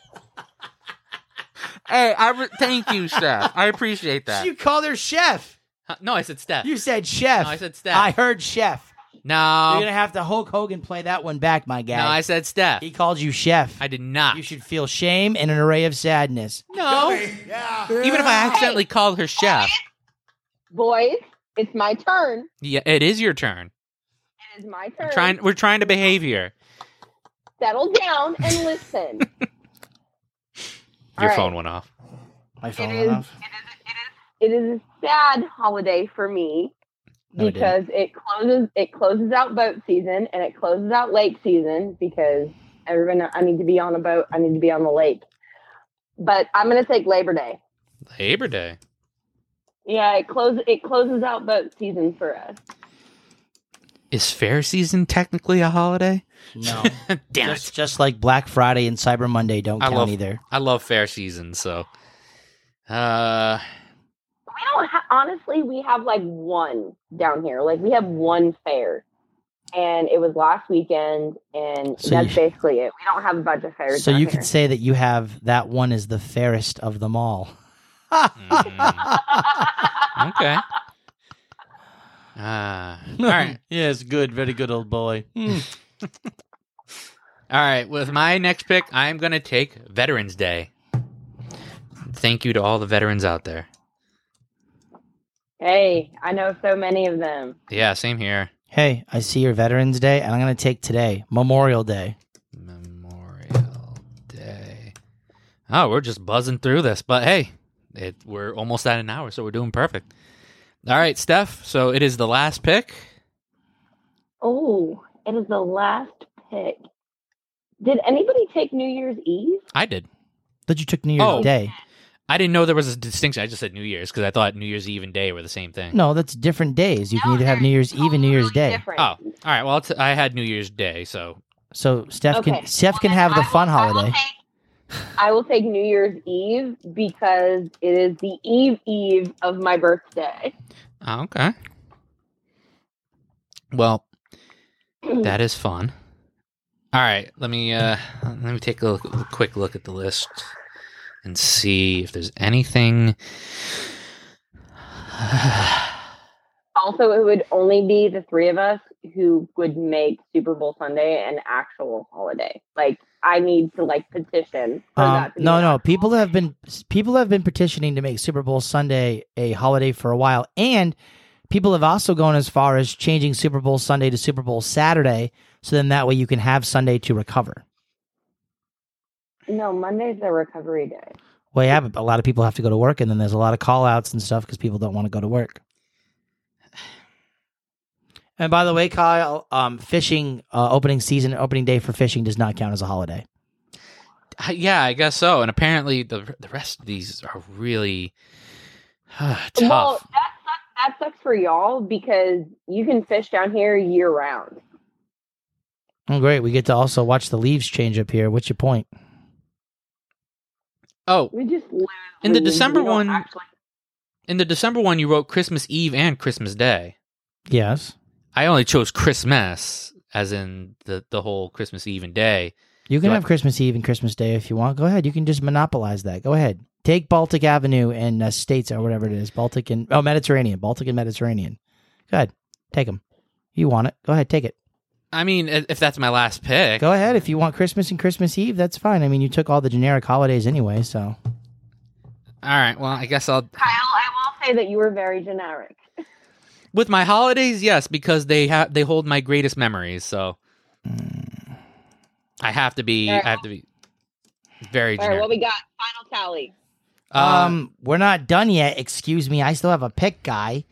Speaker 1: Hey, I re- thank you, Steph. I appreciate that.
Speaker 2: You called her chef.
Speaker 1: Huh, no, I said Steph.
Speaker 2: You said chef.
Speaker 1: No, I said Steph.
Speaker 2: I heard chef. You're
Speaker 1: no,
Speaker 2: gonna have to Hulk Hogan play that one back, my guy.
Speaker 1: no, I said Steph.
Speaker 2: he called you chef.
Speaker 1: I did not.
Speaker 2: you should feel shame and an array of sadness.
Speaker 1: no. Even if I accidentally called her chef.
Speaker 3: Boys, it's my turn.
Speaker 1: Yeah, it is your turn.
Speaker 3: It is my turn.
Speaker 1: We're trying, we're trying to behave here.
Speaker 3: Settle down and listen. All
Speaker 1: Your
Speaker 3: right.
Speaker 1: phone went off.
Speaker 2: My
Speaker 3: it,
Speaker 2: phone
Speaker 3: is, it,
Speaker 2: went
Speaker 3: is,
Speaker 2: off.
Speaker 3: it is. It is a sad holiday for me
Speaker 2: No, it
Speaker 3: because
Speaker 2: didn't.
Speaker 3: it closes. It closes out boat season and it closes out lake season because everyone. I need to be on a boat. I need to be on the lake. But I'm going to take Labor Day.
Speaker 1: Labor Day.
Speaker 3: Yeah, it closes. It closes out boat season for us.
Speaker 1: Is fair season technically a holiday?
Speaker 2: No,
Speaker 1: Damn it.
Speaker 2: just, just like Black Friday and Cyber Monday don't
Speaker 1: I
Speaker 2: count
Speaker 1: love-
Speaker 2: either.
Speaker 1: I love fair season, so. Uh,
Speaker 3: We don't ha- honestly. We have like one down here. Like we have one fair, and it was last weekend, and
Speaker 2: So
Speaker 3: that's
Speaker 2: you-
Speaker 3: basically it. We don't have a bunch of fairs.
Speaker 2: So
Speaker 3: down
Speaker 2: you
Speaker 3: here.
Speaker 2: could say that you have that one is the fairest of them all.
Speaker 1: mm, okay. Uh, all right.
Speaker 2: yes, good, very good old boy.
Speaker 1: All right, with my next pick, I'm going to take Veterans Day. Thank you to all the veterans out there.
Speaker 3: Hey, I know so many of them.
Speaker 1: Yeah, same here.
Speaker 2: Hey, I see your Veterans Day, and I'm gonna take today Memorial Day.
Speaker 1: Memorial Day. Oh, we're just buzzing through this, but hey, it we're almost at an hour, so we're doing perfect. All right, Steph. So it is the last pick.
Speaker 3: Oh, it is the last pick. Did anybody take New Year's Eve?
Speaker 1: I did.
Speaker 2: That you took New Year's
Speaker 1: Oh.
Speaker 2: Day.
Speaker 1: I didn't know there was a distinction. I just said New Year's because I thought New Year's Eve and Day were the same thing.
Speaker 2: No, that's different days. You can either have New Year's Eve and New Year's Day.
Speaker 3: Different.
Speaker 1: Oh, all right. Well, it's- I had New Year's Day, so
Speaker 2: So Steph
Speaker 3: Okay.
Speaker 2: can Steph can
Speaker 3: Well,
Speaker 2: have the
Speaker 3: then I
Speaker 2: fun
Speaker 3: will- I will
Speaker 2: holiday.
Speaker 3: take- I will take New Year's Eve because it is the eve eve of my birthday.
Speaker 1: oh, okay. Well, that is fun. All right, let me uh let me take a, look, a quick look at the list and see if there's anything.
Speaker 3: Also, it would only be the three of us who would make Super Bowl Sunday an actual holiday. Like, I need to like petition. for
Speaker 2: Um,
Speaker 3: that to be
Speaker 2: no,
Speaker 3: an
Speaker 2: no.
Speaker 3: actual
Speaker 2: People
Speaker 3: holiday.
Speaker 2: have been people have been petitioning to make Super Bowl Sunday a holiday for a while, and people have also gone as far as changing Super Bowl Sunday to Super Bowl Saturday, so then that way you can have Sunday to recover.
Speaker 3: No, Monday's the recovery day.
Speaker 2: Well, yeah, but a lot of people have to go to work, and then there's a lot of call outs and stuff because people don't want to go to work. And by the way, Kyle, um, fishing uh, opening season, opening day for fishing does not count as a holiday.
Speaker 1: Uh, Yeah, I guess so. And apparently, the the rest of these are really uh, tough.
Speaker 3: Well, that sucks, that sucks for y'all because you can fish down here year round.
Speaker 2: Oh, great! We get to also watch the leaves change up here. What's your point?
Speaker 1: oh,
Speaker 3: We just
Speaker 1: In the
Speaker 3: literally-
Speaker 1: December
Speaker 3: we don't
Speaker 1: one-
Speaker 3: actually-
Speaker 1: in the December one, you wrote Christmas Eve and Christmas Day.
Speaker 2: Yes,
Speaker 1: I only chose Christmas, as in the the whole Christmas Eve and day.
Speaker 2: you can
Speaker 1: Do I-
Speaker 2: have Christmas Eve and Christmas Day if you want. Go ahead. You can just monopolize that. Go ahead. Take Baltic Avenue and uh, states or whatever it is, Baltic and oh Mediterranean, Baltic and Mediterranean. Go ahead, take them. You want it? Go ahead, take it.
Speaker 1: I mean, i- if that's my last pick,
Speaker 2: Go ahead. If you want Christmas and Christmas Eve, that's fine. I mean, you took all the generic holidays anyway, so.
Speaker 1: All right. Well, I guess I'll
Speaker 3: Kyle, I will say that you were very generic.
Speaker 1: with my holidays. Yes, because they have they hold my greatest memories. So
Speaker 2: Hmm.
Speaker 1: I have to be. I have to be very
Speaker 3: All right,
Speaker 1: generic.
Speaker 3: what we got? Final tally.
Speaker 1: um,
Speaker 2: um, we're not done yet. Excuse me. I still have a pick, guy.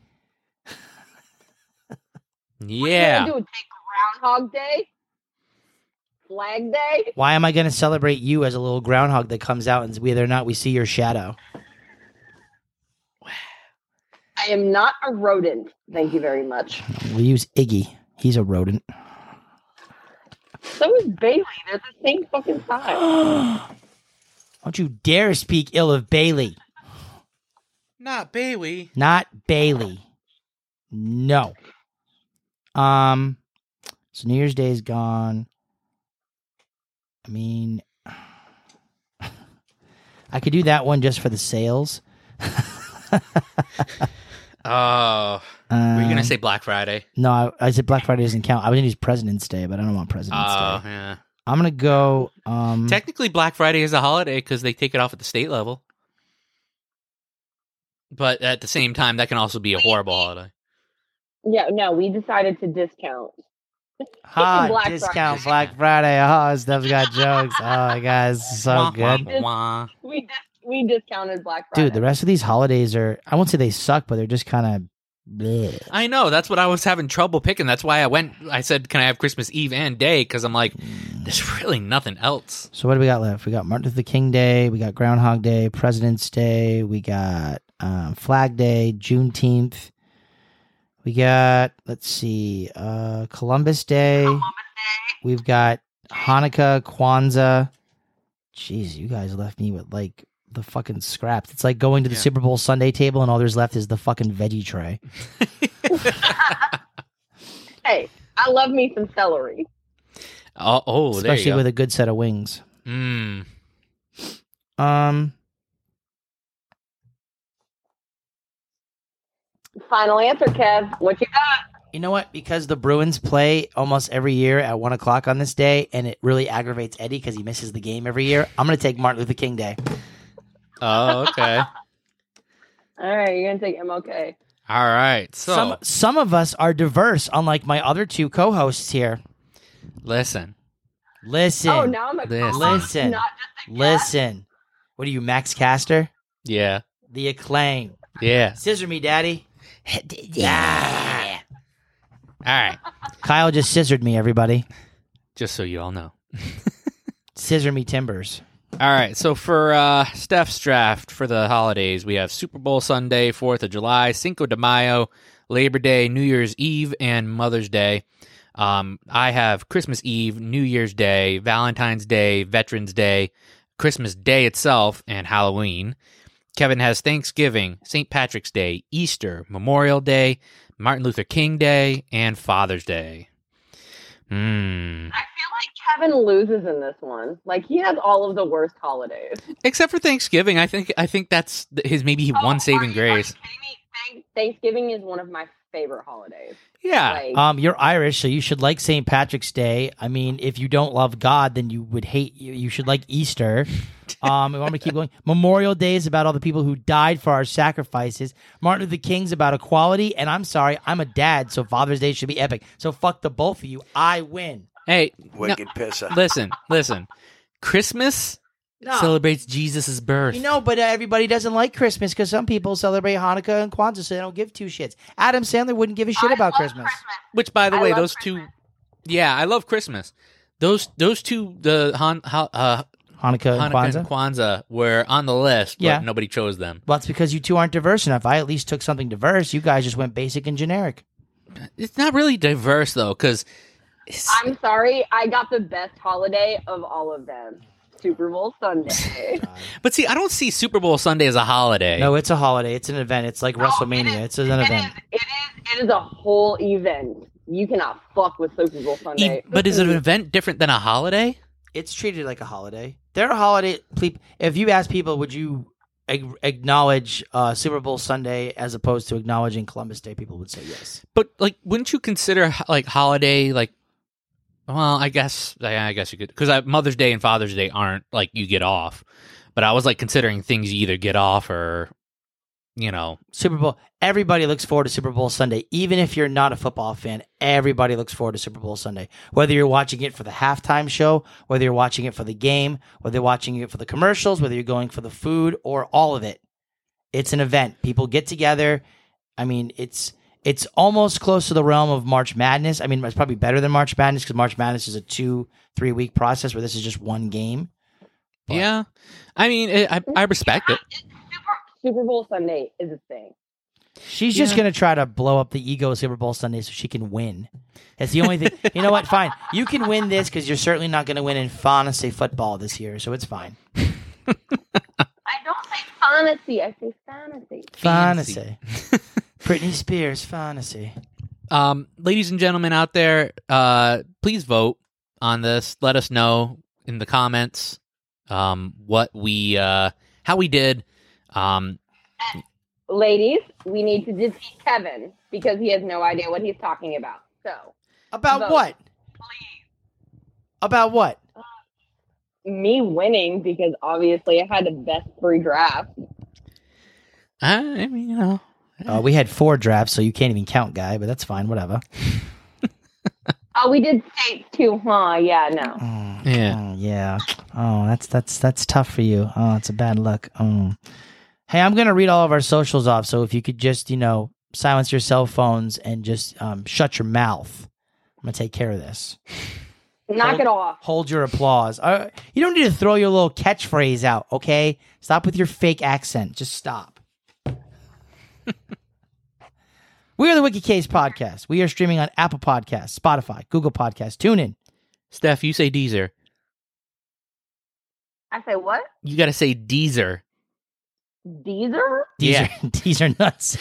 Speaker 1: yeah.
Speaker 3: What are you gonna do, take Groundhog Day, Flag Day.
Speaker 2: Why am I going to celebrate you as a little groundhog that comes out and whether or not we see your shadow?
Speaker 3: I am not a rodent. Thank you very much.
Speaker 2: We'll use Iggy. He's a rodent.
Speaker 3: So is Bailey. They're the same fucking size.
Speaker 2: Don't you dare speak ill of Bailey.
Speaker 1: Not Bailey.
Speaker 2: Not Bailey. No. Um. So New Year's Day is gone. I mean, I could do that one just for the sales.
Speaker 1: Oh,
Speaker 2: Um,
Speaker 1: were you gonna say Black Friday?
Speaker 2: no? I, I said Black Friday doesn't count. I was gonna use President's Day, but I don't want
Speaker 1: Oh,
Speaker 2: President's Day.
Speaker 1: yeah.
Speaker 2: I'm gonna go. Um,
Speaker 1: Technically, Black Friday is a holiday because they take it off at the state level. But at the same time, that can also be a horrible holiday.
Speaker 3: Yeah, no, we decided to discount.
Speaker 2: ha,
Speaker 3: Black
Speaker 2: discount
Speaker 1: Friday.
Speaker 2: Black Friday. Oh, Steph's got jokes. Oh, guys, so
Speaker 1: Wah, wah,
Speaker 2: good.
Speaker 1: wah.
Speaker 3: We dis- we discounted Black Friday.
Speaker 2: Dude, the rest of these holidays are. I won't say they suck, but they're just kind of.
Speaker 1: I know. That's what I was having trouble picking. That's why I went. I said, "Can I have Christmas Eve and Day?" Because I'm like, there's really nothing else.
Speaker 2: So what do we got left? We got Martin Luther King Day, we got Groundhog Day, President's Day, we got um, Flag Day, Juneteenth. We got let's see, uh, Columbus Day. We've got Hanukkah, Kwanzaa. Jeez, you guys left me with like the fucking scraps. It's like going to the
Speaker 1: Yeah.
Speaker 2: Super Bowl Sunday table and all there's left is the fucking veggie tray.
Speaker 3: hey, I love me some celery.
Speaker 1: Oh, oh there
Speaker 2: especially
Speaker 1: you go.
Speaker 2: with a good set of wings.
Speaker 1: Mm.
Speaker 2: Um
Speaker 3: Final answer, Kev. What you got?
Speaker 2: You know what? Because the Bruins play almost every year at one o'clock on this day, and it really aggravates Eddie because he misses the game every year. I'm going to take Martin Luther King Day.
Speaker 1: Oh, okay.
Speaker 3: All right, you're gonna take MLK.
Speaker 1: All right. So
Speaker 2: Some some of us are diverse, unlike my other two co-hosts here.
Speaker 1: listen.
Speaker 2: Listen,
Speaker 3: Oh, now I'm a
Speaker 1: Listen.
Speaker 2: Listen.
Speaker 3: Not just a guess.
Speaker 2: listen. What are you, Max Caster?
Speaker 1: Yeah.
Speaker 2: The acclaim.
Speaker 1: Yeah.
Speaker 2: Scissor me, daddy. yeah.
Speaker 1: All right.
Speaker 2: Kyle just scissored me. Everybody,
Speaker 1: Just so you all know.
Speaker 2: scissor me timbers.
Speaker 1: All right. So for uh, Steph's draft for the holidays, we have Super Bowl Sunday, 4th of July, Cinco de Mayo, Labor Day, New Year's Eve, and Mother's Day. Um, I have Christmas Eve, New Year's Day, Valentine's Day, Veterans Day, Christmas Day itself, and Halloween. Kevin has Thanksgiving, St. Patrick's Day, Easter, Memorial Day, Martin Luther King Day, and Father's Day. Hmm.
Speaker 3: I feel like Kevin loses in this one. Like he has all of the worst holidays.
Speaker 1: Except for Thanksgiving, I think I think that's th- his maybe he
Speaker 3: Oh,
Speaker 1: one
Speaker 3: are
Speaker 1: saving
Speaker 3: you-
Speaker 1: grace.
Speaker 3: are you kidding me? Thank- Thanksgiving is one of my favorite holidays.
Speaker 1: Yeah.
Speaker 3: Like,
Speaker 2: Um, you're Irish, so you should like St. Patrick's Day. I mean, if you don't love God, then you would hate. You, you should like Easter. Um, I'm gonna keep going. Memorial Day is about all the people who died for our sacrifices. Martin Luther King's about equality, and I'm sorry, I'm a dad, so Father's Day should be epic. So fuck the both of you. I win.
Speaker 1: Hey, no,
Speaker 5: Wicked pisser.
Speaker 1: listen, listen. Christmas celebrates Jesus' birth.
Speaker 2: You know, but uh, everybody doesn't like Christmas because some people celebrate Hanukkah and Kwanzaa, so they don't give two shits. Adam Sandler wouldn't give a shit
Speaker 3: I
Speaker 2: about
Speaker 3: love
Speaker 2: Christmas.
Speaker 1: Which, by the
Speaker 3: I
Speaker 1: way,
Speaker 3: love
Speaker 1: those two. Yeah, I love Christmas. Those those two, the Han, ha, uh,
Speaker 2: Hanukkah,
Speaker 1: Hanukkah
Speaker 2: and Kwanzaa.
Speaker 1: and Kwanzaa were on the list, but
Speaker 2: Yeah.
Speaker 1: nobody chose them.
Speaker 2: Well, it's because you two aren't diverse enough. I at least took something diverse. You guys just went basic and generic.
Speaker 1: It's not really diverse though, because
Speaker 3: I'm sorry, I got the best holiday of all of them. Super Bowl Sunday.
Speaker 1: but see, I don't see Super Bowl Sunday as a holiday.
Speaker 2: No, it's a holiday. It's an event. It's like WrestleMania. it's
Speaker 3: it is-
Speaker 2: an
Speaker 3: Oh, It
Speaker 2: event.
Speaker 3: is- It is. It is a whole event. You cannot fuck with Super Bowl Sunday.
Speaker 1: E- but is it an event different than a holiday?
Speaker 2: It's treated like a holiday. There are holiday. ple- If you ask people, would you ag- acknowledge uh, Super Bowl Sunday as opposed to acknowledging Columbus Day? People would say yes.
Speaker 1: But like, wouldn't you consider h- like holiday like? Well, I guess I, I guess you could because Mother's Day and Father's Day aren't like you get off, but I was like considering things you either get off or, you know,
Speaker 2: Super Bowl. Everybody looks forward to Super Bowl Sunday, even if you're not a football fan. Everybody looks forward to Super Bowl Sunday, whether you're watching it for the halftime show, whether you're watching it for the game, whether you're watching it for the commercials, whether you're going for the food or all of it. It's an event. People get together. I mean, it's it's almost close to the realm of March Madness. I mean, it's probably better than March Madness because March Madness is a two three week process where this is just one game. But-
Speaker 1: yeah. I mean, it, I I respect it.
Speaker 3: Super, Super Bowl Sunday is a thing.
Speaker 2: She's
Speaker 1: Yeah.
Speaker 2: just gonna try to blow up the ego of Super Bowl Sunday so she can win. That's the only thing. You know what? Fine. You can win this because you're certainly not gonna win in fantasy football this year, so it's fine.
Speaker 3: I don't say fantasy. I say fantasy.
Speaker 2: Fantasy. Britney Spears fantasy.
Speaker 1: um, ladies and gentlemen out there, uh, please vote on this. Let us know in the comments um, what we uh, how we did. Um,
Speaker 3: Ladies, we need to defeat Kevin because he has no idea what he's talking about. So
Speaker 2: About
Speaker 3: Vote.
Speaker 2: what? About what?
Speaker 3: me winning because obviously I had the best free draft.
Speaker 1: I, I mean, you know,
Speaker 2: Uh, we had four drafts, so you can't even count, guy. But that's fine. Whatever.
Speaker 3: Oh, we did state two, huh? Yeah, no.
Speaker 2: Mm,
Speaker 1: Yeah.
Speaker 2: mm, yeah. Oh, that's that's that's tough for you. Oh, it's a bad look. Mm. Hey, I'm gonna read all of our socials off. So if you could just you know silence your cell phones and just um, shut your mouth. I'm gonna take care of this.
Speaker 3: Knock it off.
Speaker 2: Hold your applause. Uh, you don't need to throw your little catchphrase out. Okay, stop with your fake accent. Just stop. we are the Wiki Case Podcast. We are streaming on Apple Podcasts, Spotify, Google Podcasts, TuneIn.
Speaker 1: Steph, you say Deezer.
Speaker 3: I say what?
Speaker 1: You got to say Deezer.
Speaker 3: Deezer?
Speaker 2: These
Speaker 1: Yeah.
Speaker 2: are these are nuts.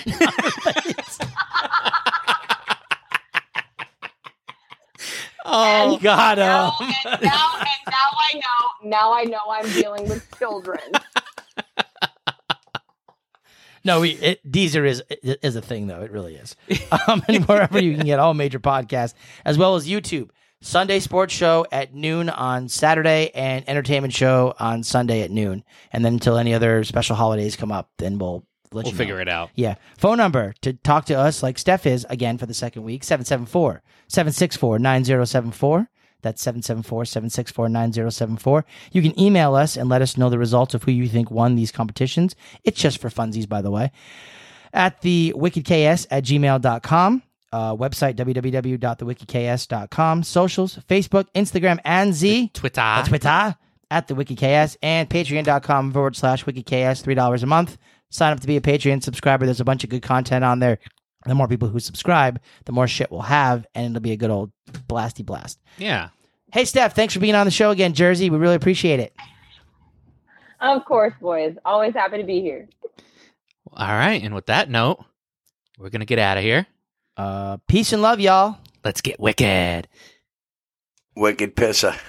Speaker 1: Oh,
Speaker 2: God,
Speaker 3: Now,
Speaker 2: um,
Speaker 3: and now, and now I know. Now I know I'm dealing with children.
Speaker 2: no, we, it, Deezer is is a thing though. It really is. Um, and wherever you can get all major podcasts, as well as YouTube, Sunday Sports Show at noon on Saturday, and Entertainment Show on Sunday at noon, and then until any other special holidays come up, then we'll let
Speaker 1: we'll
Speaker 2: you know.
Speaker 1: figure it out.
Speaker 2: Yeah. Phone number to talk to us like Steph is again for the second week 774 764 9074. That's 774 764 9074. You can email us and let us know the results of who you think won these competitions. It's just for funsies, by the way. At the wickedks at gmail.com. Uh, website www.thewickedks.com. Socials, Facebook, Instagram, and Z.
Speaker 1: Twitter.
Speaker 2: Twitter at the WikiKS and patreon.com forward slash WikiKS, $3 a month. Sign up to be a Patreon subscriber. There's a bunch of good content on there. The more people who subscribe, the more shit we'll have, and it'll be a good old blasty blast.
Speaker 1: Yeah.
Speaker 2: Hey, Steph, thanks for being on the show again, Jersey. We really appreciate it.
Speaker 3: Of course, boys. Always happy to be here.
Speaker 1: All right. And with that note, we're going to get out of here.
Speaker 2: Uh, peace and love, y'all.
Speaker 1: Let's get wicked.
Speaker 5: Wicked pisser.